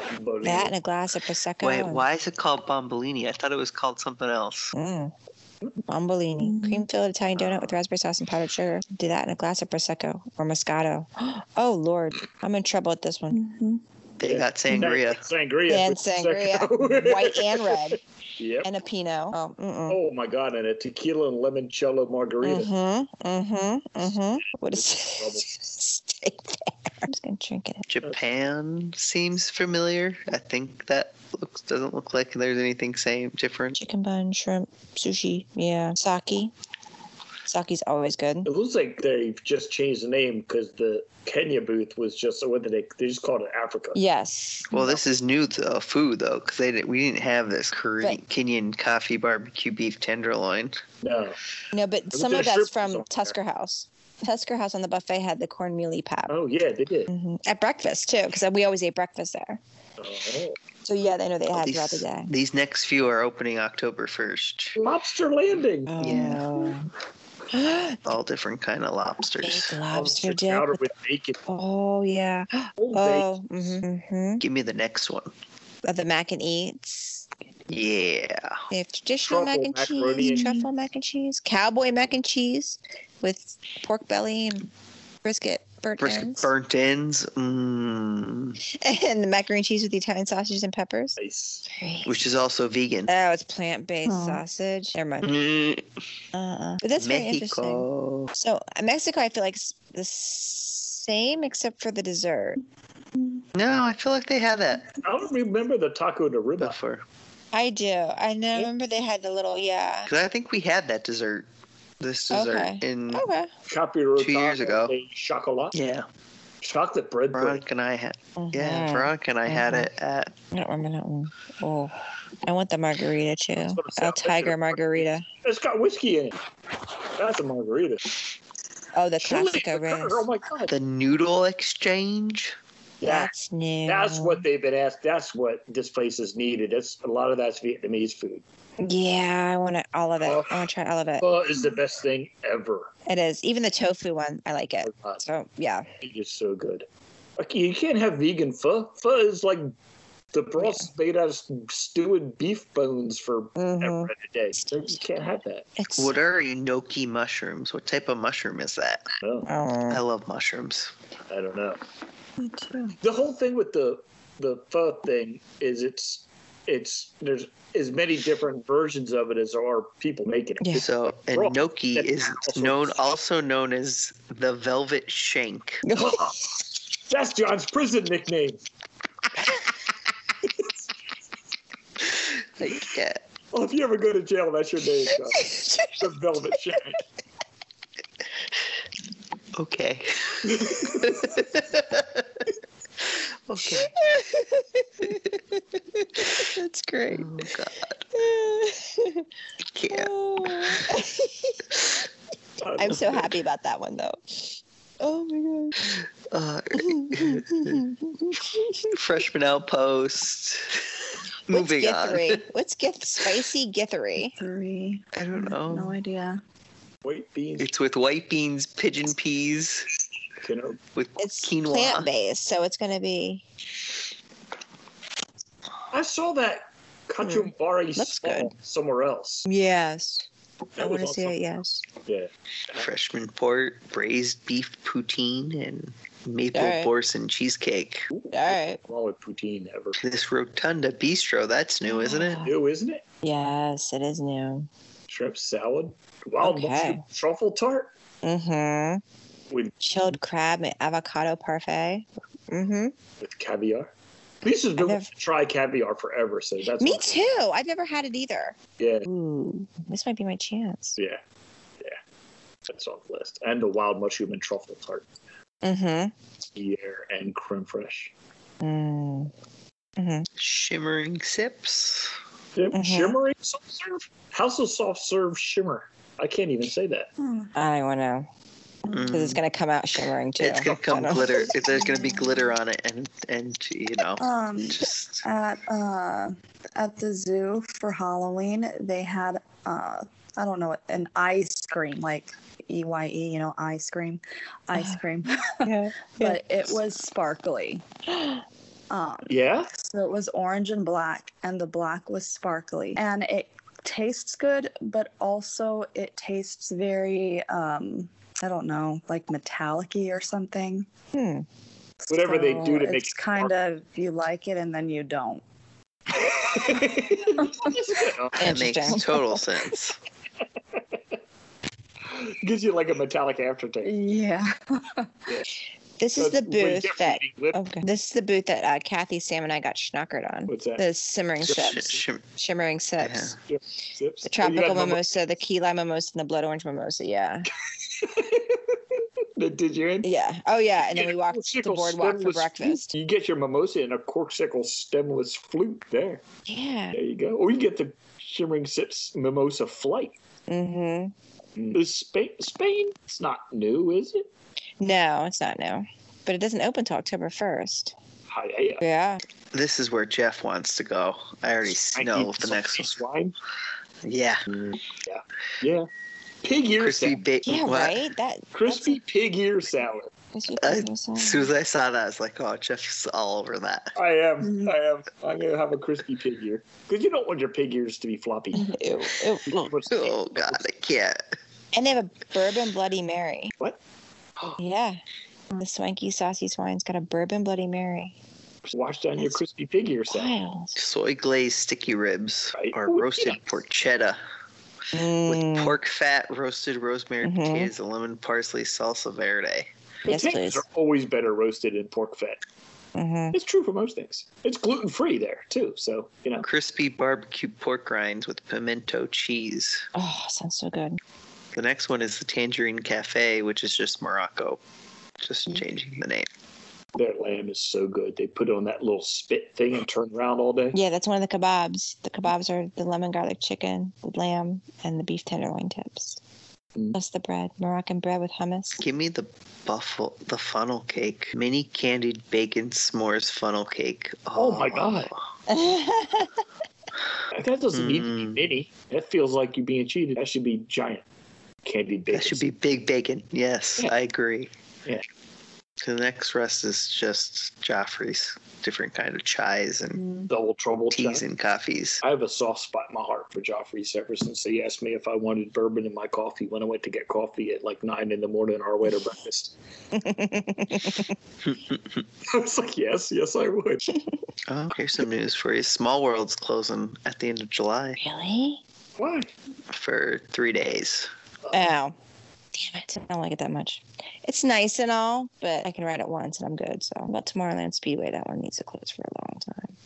Speaker 2: Bombolini.
Speaker 4: That and a glass of prosecco.
Speaker 1: Wait,
Speaker 4: and-
Speaker 1: why is it called Bombolini? I thought it was called something else.
Speaker 4: Mm. Bombolini,
Speaker 3: Mm.
Speaker 4: cream filled Italian donut with raspberry sauce and powdered sugar. Do that in a glass of Prosecco or Moscato. Oh, Lord. I'm in trouble with this one.
Speaker 3: hmm
Speaker 1: They
Speaker 2: Yeah.
Speaker 1: got sangria.
Speaker 2: Sangria.
Speaker 4: And
Speaker 2: with
Speaker 4: sangria,
Speaker 2: prosecco.
Speaker 4: white and red,
Speaker 2: Yep.
Speaker 4: and a Pinot. Oh, mm-mm.
Speaker 2: Oh my God! And a tequila and limoncello margarita.
Speaker 4: Mm-hmm, mm-hmm, mm-hmm. What is
Speaker 2: Trouble.
Speaker 4: Stay there. I'm just going to drink it.
Speaker 1: Japan seems familiar. I think that looks doesn't look like there's anything same different.
Speaker 4: Chicken bun, shrimp, sushi. Yeah. Sake. Sake's always good.
Speaker 2: It looks like they've just changed the name because the Kenya booth was just what did they? They just called it Africa.
Speaker 4: Yes.
Speaker 1: Well, this is new to, uh, food though, because they didn't, we didn't have this Korean
Speaker 4: Right.
Speaker 1: Kenyan coffee barbecue beef tenderloin.
Speaker 2: No,
Speaker 4: No, but
Speaker 2: Let me
Speaker 4: some
Speaker 2: get
Speaker 4: of
Speaker 2: a shrimp
Speaker 4: that's
Speaker 2: from
Speaker 4: from
Speaker 2: somewhere.
Speaker 4: Tusker House. Tusker House on the buffet had the cornmeal pap.
Speaker 2: oh yeah, they did.
Speaker 4: hmm At breakfast too, because we always ate breakfast there.
Speaker 2: Oh.
Speaker 4: So yeah, they know
Speaker 1: Oh,
Speaker 4: they had throughout the
Speaker 1: These,
Speaker 4: day.
Speaker 1: these next few are opening October first.
Speaker 2: Lobster Landing.
Speaker 4: Yeah.
Speaker 1: All different kind of lobsters.
Speaker 4: Oh. Baked lobster
Speaker 2: Lobster
Speaker 4: dip.
Speaker 2: Powder
Speaker 4: with-
Speaker 2: with bacon.
Speaker 4: Oh yeah.
Speaker 2: Old
Speaker 4: Oh, hmm hmm
Speaker 1: Give me the next one.
Speaker 4: the mac and eats.
Speaker 1: Yeah.
Speaker 4: They have traditional
Speaker 2: Truffle
Speaker 4: mac and
Speaker 2: macaroni
Speaker 4: cheese,
Speaker 3: and-
Speaker 4: truffle mac and cheese, cowboy mac and cheese with pork belly and brisket, burnt
Speaker 1: Brisket
Speaker 4: ends,
Speaker 1: burnt ends, mm,
Speaker 4: and the macaroni and cheese with the Italian sausages and peppers.
Speaker 2: Nice.
Speaker 1: which is also vegan.
Speaker 4: Oh, it's plant based
Speaker 3: Oh.
Speaker 4: sausage. Never mind.
Speaker 1: Mm,
Speaker 4: Uh-uh. But that's very interesting.
Speaker 1: Mexico.
Speaker 4: So uh, Mexico, I feel like is the same except for the dessert.
Speaker 1: No, I feel like they had that
Speaker 2: I don't remember the taco de riba.
Speaker 1: before.
Speaker 4: I do. I know. I remember they had the little yeah.
Speaker 1: Because I think we had that dessert, this dessert
Speaker 4: Okay. Oh,
Speaker 1: in
Speaker 4: Okay.
Speaker 2: Capirotano
Speaker 1: Two years ago.
Speaker 2: de Chocolat.
Speaker 1: yeah.
Speaker 2: Chocolate bread. bread.
Speaker 1: Veronica and I had yeah,
Speaker 4: Mhm.
Speaker 1: Veronica and I had
Speaker 4: Mhm.
Speaker 1: it at
Speaker 4: I don't remember that one. Oh, I want the margarita too.
Speaker 2: what I'm saying.
Speaker 4: El Tiger margarita.
Speaker 2: It's got whiskey in it. That's a margarita.
Speaker 4: Oh, the
Speaker 2: Chili
Speaker 4: Classico
Speaker 2: liqueur, Oh
Speaker 4: Rose.
Speaker 2: my god.
Speaker 1: the Noodle Exchange.
Speaker 4: That's new.
Speaker 2: That's what they've been asked. That's what this place is needed. That's a lot of that's Vietnamese food.
Speaker 4: Yeah, I want to all of it.
Speaker 2: Oh.
Speaker 4: I want to try all of it.
Speaker 2: Pho is the best thing ever.
Speaker 4: It is even the tofu one. I like it. So yeah.
Speaker 2: It's just so good. Like, you can't have vegan pho. Pho is like the broth's made out of stewed beef bones for
Speaker 4: hmm
Speaker 2: ever and a day. So you can't have that.
Speaker 4: It's.
Speaker 1: What are enoki mushrooms? What type of mushroom is that?
Speaker 2: No,
Speaker 1: I
Speaker 4: Oh.
Speaker 1: love mushrooms.
Speaker 2: I don't know.
Speaker 3: Me too.
Speaker 2: the whole thing with the the pho thing is it's it's there's as many different versions of it as there are people making it.
Speaker 4: Yeah.
Speaker 1: So, and
Speaker 2: Raw.
Speaker 1: gnocchi
Speaker 2: That's
Speaker 1: is
Speaker 2: also-
Speaker 1: known, also known as the velvet shank.
Speaker 2: That's John's prison nickname.
Speaker 1: Like, yeah.
Speaker 2: Well, Oh, if you ever go to jail, that's your name. John. The Velvet Shank.
Speaker 1: Okay. okay.
Speaker 4: That's great.
Speaker 1: Oh, God. Yeah.
Speaker 4: Oh.
Speaker 2: I
Speaker 4: I'm
Speaker 2: love
Speaker 4: so
Speaker 2: it.
Speaker 4: happy about that one though. Oh my god.
Speaker 1: Uh, freshman outpost. Moving
Speaker 4: What's
Speaker 1: on.
Speaker 4: Guthrie? What's gith- spicy Guthrie?
Speaker 3: Three.
Speaker 1: I don't know.
Speaker 3: No idea.
Speaker 2: White beans,
Speaker 1: It's with white beans, pigeon peas,
Speaker 2: you know,
Speaker 1: with
Speaker 4: It's
Speaker 1: quinoa.
Speaker 4: plant based, so it's gonna be
Speaker 2: I saw that
Speaker 4: Mm-hmm.
Speaker 2: kachumbari
Speaker 4: Looks
Speaker 2: stall somewhere
Speaker 4: Mm,
Speaker 2: else.
Speaker 4: yes.
Speaker 2: That was awesome.
Speaker 4: Yes.
Speaker 2: Yeah.
Speaker 1: Freshman port, braised beef poutine, and maple
Speaker 4: All right.
Speaker 1: boursin cheesecake.
Speaker 4: All right.
Speaker 2: Wrong with poutine ever.
Speaker 1: This rotunda bistro, that's new, isn't it?
Speaker 4: Ah.
Speaker 2: New, isn't it?
Speaker 4: Yes, it is new.
Speaker 2: Shrimp salad, wild
Speaker 4: Okay.
Speaker 2: mushroom truffle tart
Speaker 4: Mm-hmm.
Speaker 2: with
Speaker 4: Chilled crab and avocado parfait. Mm-hmm.
Speaker 2: with caviar. Lisa's been
Speaker 4: I've-
Speaker 2: wanting to try caviar forever, so that's
Speaker 4: Me too. I've never had it either.
Speaker 2: Yeah,
Speaker 4: Ooh. This might be my chance.
Speaker 2: yeah, yeah. That's on the list. And the wild mushroom and truffle tart,
Speaker 4: Mm-hmm.
Speaker 2: yeah, and creme fraiche.
Speaker 4: Mm. Mm-hmm.
Speaker 1: Shimmering sips.
Speaker 2: Shim-
Speaker 4: Mhm.
Speaker 2: Shimmering soft serve. How's the soft serve shimmer? I can't even say that.
Speaker 3: Hmm.
Speaker 4: I don't know because it's gonna come out shimmering too.
Speaker 1: Mm. It's gonna come
Speaker 4: I don't-
Speaker 1: glitter. There's gonna be glitter on it, and and you know,
Speaker 3: Um,
Speaker 1: just
Speaker 3: at uh, at the zoo for Halloween, they had uh, I don't know an ice cream like E Y E, you know, ice cream, ice cream,
Speaker 4: Yeah.
Speaker 3: but it was sparkly. Um,
Speaker 2: Yeah,
Speaker 3: so it was orange and black, and the black was sparkly, and it tastes good, but also it tastes very um, I don't know, like metallic-y or something.
Speaker 4: Hmm.
Speaker 2: Whatever they do to make
Speaker 3: it's
Speaker 2: it
Speaker 3: kind of you like it and then you don't.
Speaker 1: that makes
Speaker 4: Interesting.
Speaker 1: total sense.
Speaker 2: gives you like a metallic aftertaste.
Speaker 3: Yeah.
Speaker 4: This is
Speaker 2: That's
Speaker 4: the
Speaker 2: way
Speaker 4: booth
Speaker 2: different
Speaker 4: that. Oh,
Speaker 2: than glitter.
Speaker 4: Okay. This is the booth that uh, Kathy, Sam, and I got schnockered on.
Speaker 2: What's that?
Speaker 4: The simmering
Speaker 1: Sh-
Speaker 4: sips,
Speaker 1: shim-
Speaker 4: shimmering sips.
Speaker 2: Sips? Oh,
Speaker 4: The
Speaker 2: you got
Speaker 4: tropical
Speaker 2: mimo-
Speaker 4: mimosa, the key lime mimosa, and the blood orange mimosa. Yeah.
Speaker 2: that did you in?
Speaker 4: Yeah. Oh, yeah. And then
Speaker 2: Yeah,
Speaker 4: we walked the
Speaker 2: corksicle
Speaker 4: boardwalk for
Speaker 2: stemless
Speaker 4: breakfast.
Speaker 2: flute. You get your mimosa and a corksicle stemless flute there.
Speaker 4: Yeah.
Speaker 2: There you go. Or you get the Shimmering Sips mimosa flight.
Speaker 4: Mm-hmm.
Speaker 1: Hmm.
Speaker 2: Is Spain, Spain, it's not new, is it?
Speaker 4: No, it's not new, but it doesn't open till October 1st.
Speaker 2: Hi, I,
Speaker 4: Yeah.
Speaker 1: This is where Jeff wants to go. I already s-
Speaker 2: I
Speaker 1: know
Speaker 2: eat
Speaker 1: the
Speaker 2: so
Speaker 1: next
Speaker 2: much
Speaker 1: one.
Speaker 2: Swine.
Speaker 1: Yeah,
Speaker 2: Yeah. Pig ear
Speaker 1: crispy
Speaker 2: salad.
Speaker 1: ba-
Speaker 4: Yeah,
Speaker 1: what?
Speaker 4: right? That
Speaker 2: Crispy pig ear salad.
Speaker 4: That's,
Speaker 1: Uh,
Speaker 4: that's
Speaker 1: As soon as I saw that, I was like, "Oh, Jeff's all over that."
Speaker 2: I am.
Speaker 4: Mm-hmm.
Speaker 3: Mhm.
Speaker 2: I am. I'm going to have a crispy pig ear. Because you don't want your pig ears to be floppy.
Speaker 4: Ew, ew, look.
Speaker 1: Oh God, I can't.
Speaker 4: And they have a bourbon Bloody Mary.
Speaker 2: What?
Speaker 4: Yeah. The swanky saucy swine's got a bourbon Bloody Mary.
Speaker 2: Wash down your crispy pig ear salad.
Speaker 4: Wild.
Speaker 1: Soy glazed sticky ribs
Speaker 2: Right.
Speaker 1: are
Speaker 2: Oh,
Speaker 1: roasted
Speaker 2: yeah.
Speaker 1: porchetta with
Speaker 4: Mm.
Speaker 1: pork fat, roasted rosemary,
Speaker 4: Mhm.
Speaker 1: potatoes, and lemon parsley salsa verde.
Speaker 4: Yes,
Speaker 2: Potatoes
Speaker 4: please.
Speaker 2: are always better roasted in pork fat.
Speaker 4: Mhm.
Speaker 2: It's true for most things. It's gluten free there too, so you know.
Speaker 1: Crispy barbecue pork rinds with pimento cheese.
Speaker 4: Oh, sounds so good.
Speaker 1: The next one is the Tangerine Cafe, which is just Morocco. Just changing the name.
Speaker 2: Their lamb is so good. They put it on that little spit thing and turn around all day.
Speaker 4: Yeah, that's one of the kebabs. The kebabs are the lemon garlic chicken, the lamb, and the beef tenderloin tips.
Speaker 2: Mm.
Speaker 4: Plus the bread, Moroccan bread with hummus.
Speaker 1: Give me the buffalo, the funnel cake, mini candied bacon s'mores funnel cake.
Speaker 2: Oh my God. That doesn't need to
Speaker 1: Mm.
Speaker 2: be mini. That feels like you're being cheated. That should be giant candied bacon.
Speaker 1: That should be big bacon. Yes,
Speaker 2: Yeah.
Speaker 1: I agree. The next rest is just Joffrey's, different kind of chais and
Speaker 2: Double trouble.
Speaker 1: teas
Speaker 2: Chai.
Speaker 1: and coffees.
Speaker 2: I have a soft spot in my heart for Joffrey's ever since he asked me if I wanted bourbon in my coffee when I went to get coffee at like nine in the morning on our way to breakfast. I was like, yes, yes, I would.
Speaker 1: Oh, here's some news for you. Small World's closing at the end of July
Speaker 4: really?
Speaker 2: Why?
Speaker 1: for three days.
Speaker 4: Oh, damn it! I don't like it that much. It's nice and all, but I can ride it once and I'm good. So How about Tomorrowland Speedway, that one needs to close for a long time.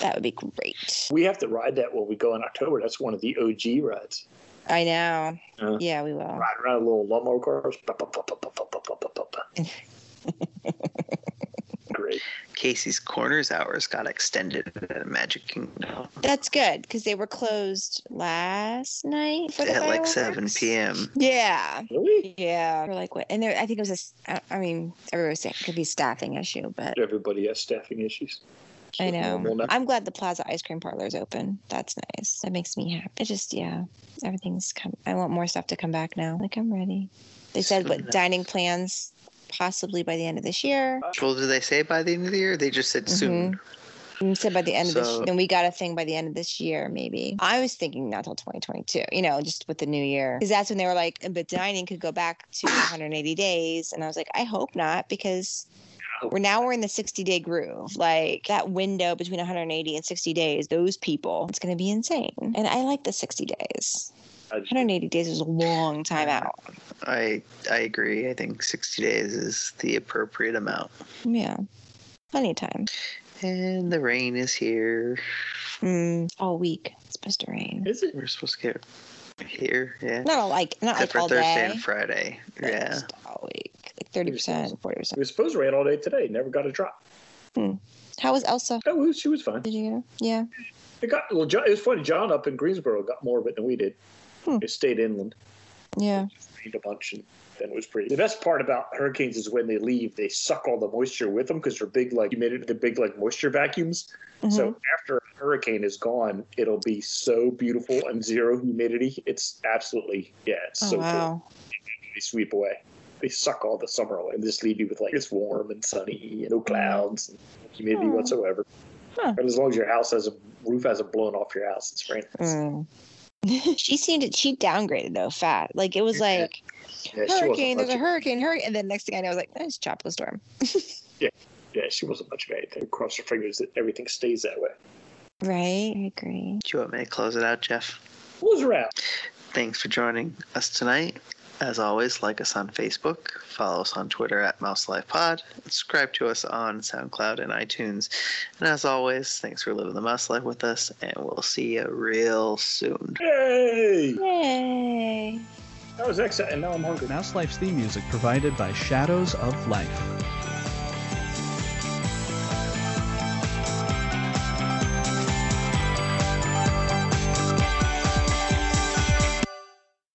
Speaker 4: That would be great.
Speaker 2: We have to ride that when we go in October. That's one of the OG rides.
Speaker 4: I know.
Speaker 2: Uh.
Speaker 4: yeah, we will.
Speaker 2: Ride around little lawnmower cars. Ba, ba, ba, ba, ba, ba, ba, ba, ba, ba. Great.
Speaker 1: Casey's Corners hours got extended at Magic Kingdom
Speaker 4: That's good because they were closed last night for the
Speaker 1: at like 7
Speaker 4: fireworks.
Speaker 1: p.m.
Speaker 4: Yeah.
Speaker 2: Really?
Speaker 4: Yeah, or like what? And there, I think it was a. s- I- I mean, everybody was saying it could be a staffing issue, but
Speaker 2: Everybody has staffing issues.
Speaker 4: I
Speaker 2: Normal
Speaker 4: know.
Speaker 2: now.
Speaker 4: I'm glad the Plaza Ice Cream Parlor is open. That's nice. That makes me happy. It just, yeah, everything's come. I want more stuff to come back now. Like I'm ready. They said
Speaker 1: Soon.
Speaker 4: what dining plans possibly by the end of this year.
Speaker 1: Well, did they say by the end of the year? They just said soon.
Speaker 4: And said by the end of
Speaker 1: So-
Speaker 4: this, then we got a thing by the end of this year, maybe. I was thinking not till 2022, you know, just with the new year, because that's when they were like, but dining could go back to 180 days, and I was like, I hope not, because we're now we're in the 60 day groove, like that window between 180 and 60 days. Those people, it's going to be insane, and I like the 60 days.
Speaker 2: I-
Speaker 4: 180 days is a long time out.
Speaker 1: I I agree. I think 60 days is the appropriate amount.
Speaker 4: Yeah, plenty of time.
Speaker 1: And the rain is here.
Speaker 4: Mm, all week it's supposed to rain.
Speaker 2: Is it?
Speaker 1: We're supposed to get here, yeah.
Speaker 4: Not all, like not
Speaker 1: Except
Speaker 4: like
Speaker 1: for
Speaker 4: all
Speaker 1: Thursday
Speaker 4: day.
Speaker 1: and Friday.
Speaker 4: but
Speaker 1: Yeah.
Speaker 4: just all week, oh, like thirty percent, forty
Speaker 2: It
Speaker 4: percent.
Speaker 2: was supposed to rain all day today. Never got a drop.
Speaker 4: How was Elsa?
Speaker 2: Oh, she was fine.
Speaker 4: Did you? go? Yeah.
Speaker 2: It got well. John, it was funny. John up in Greensboro got more of it than we did.
Speaker 4: Hmm.
Speaker 2: It stayed inland,
Speaker 4: Yeah.
Speaker 2: rained a bunch, and then it was pretty. The best part about hurricanes is when they leave, they suck all the moisture with them because they're big like humidity, they're big like moisture vacuums.
Speaker 4: Mm-hmm.
Speaker 2: So after a hurricane is gone, it'll be so beautiful and zero humidity. It's absolutely yeah. It's
Speaker 4: oh
Speaker 2: so cool.
Speaker 4: wow.
Speaker 2: They sweep away. They suck all the summer away and just leave you with like it's warm and sunny and no clouds and no humidity
Speaker 4: Hmm.
Speaker 2: whatsoever.
Speaker 4: Mm-hmm. Huh.
Speaker 2: And as long as your house has a roof hasn't blown off your house, it's raining.
Speaker 4: Mm. she seemed she downgraded though fat. Like it was
Speaker 1: Yeah.
Speaker 4: like
Speaker 2: Yeah, she wasn't
Speaker 4: hurricane.
Speaker 2: much
Speaker 4: There's a
Speaker 2: of,
Speaker 4: hurricane. Hurricane. And then next thing I know, I was like, eh, it's tropical storm.
Speaker 2: yeah, she wasn't much of anything. Cross your fingers that everything stays that way.
Speaker 4: Right. I agree.
Speaker 1: Do you want me to close it out, Jeff?
Speaker 2: Who's around?
Speaker 1: Thanks for joining us tonight. As always, like us on Facebook, follow us on Twitter at Mouse Life Pod, subscribe to us on SoundCloud and iTunes. And as always, thanks for living the mouse life with us, and we'll see you real soon.
Speaker 2: Hey,
Speaker 4: Yay.
Speaker 2: that was excellent, and now I'm hungry.
Speaker 5: Mouse Life's theme music provided by Shadows of Life.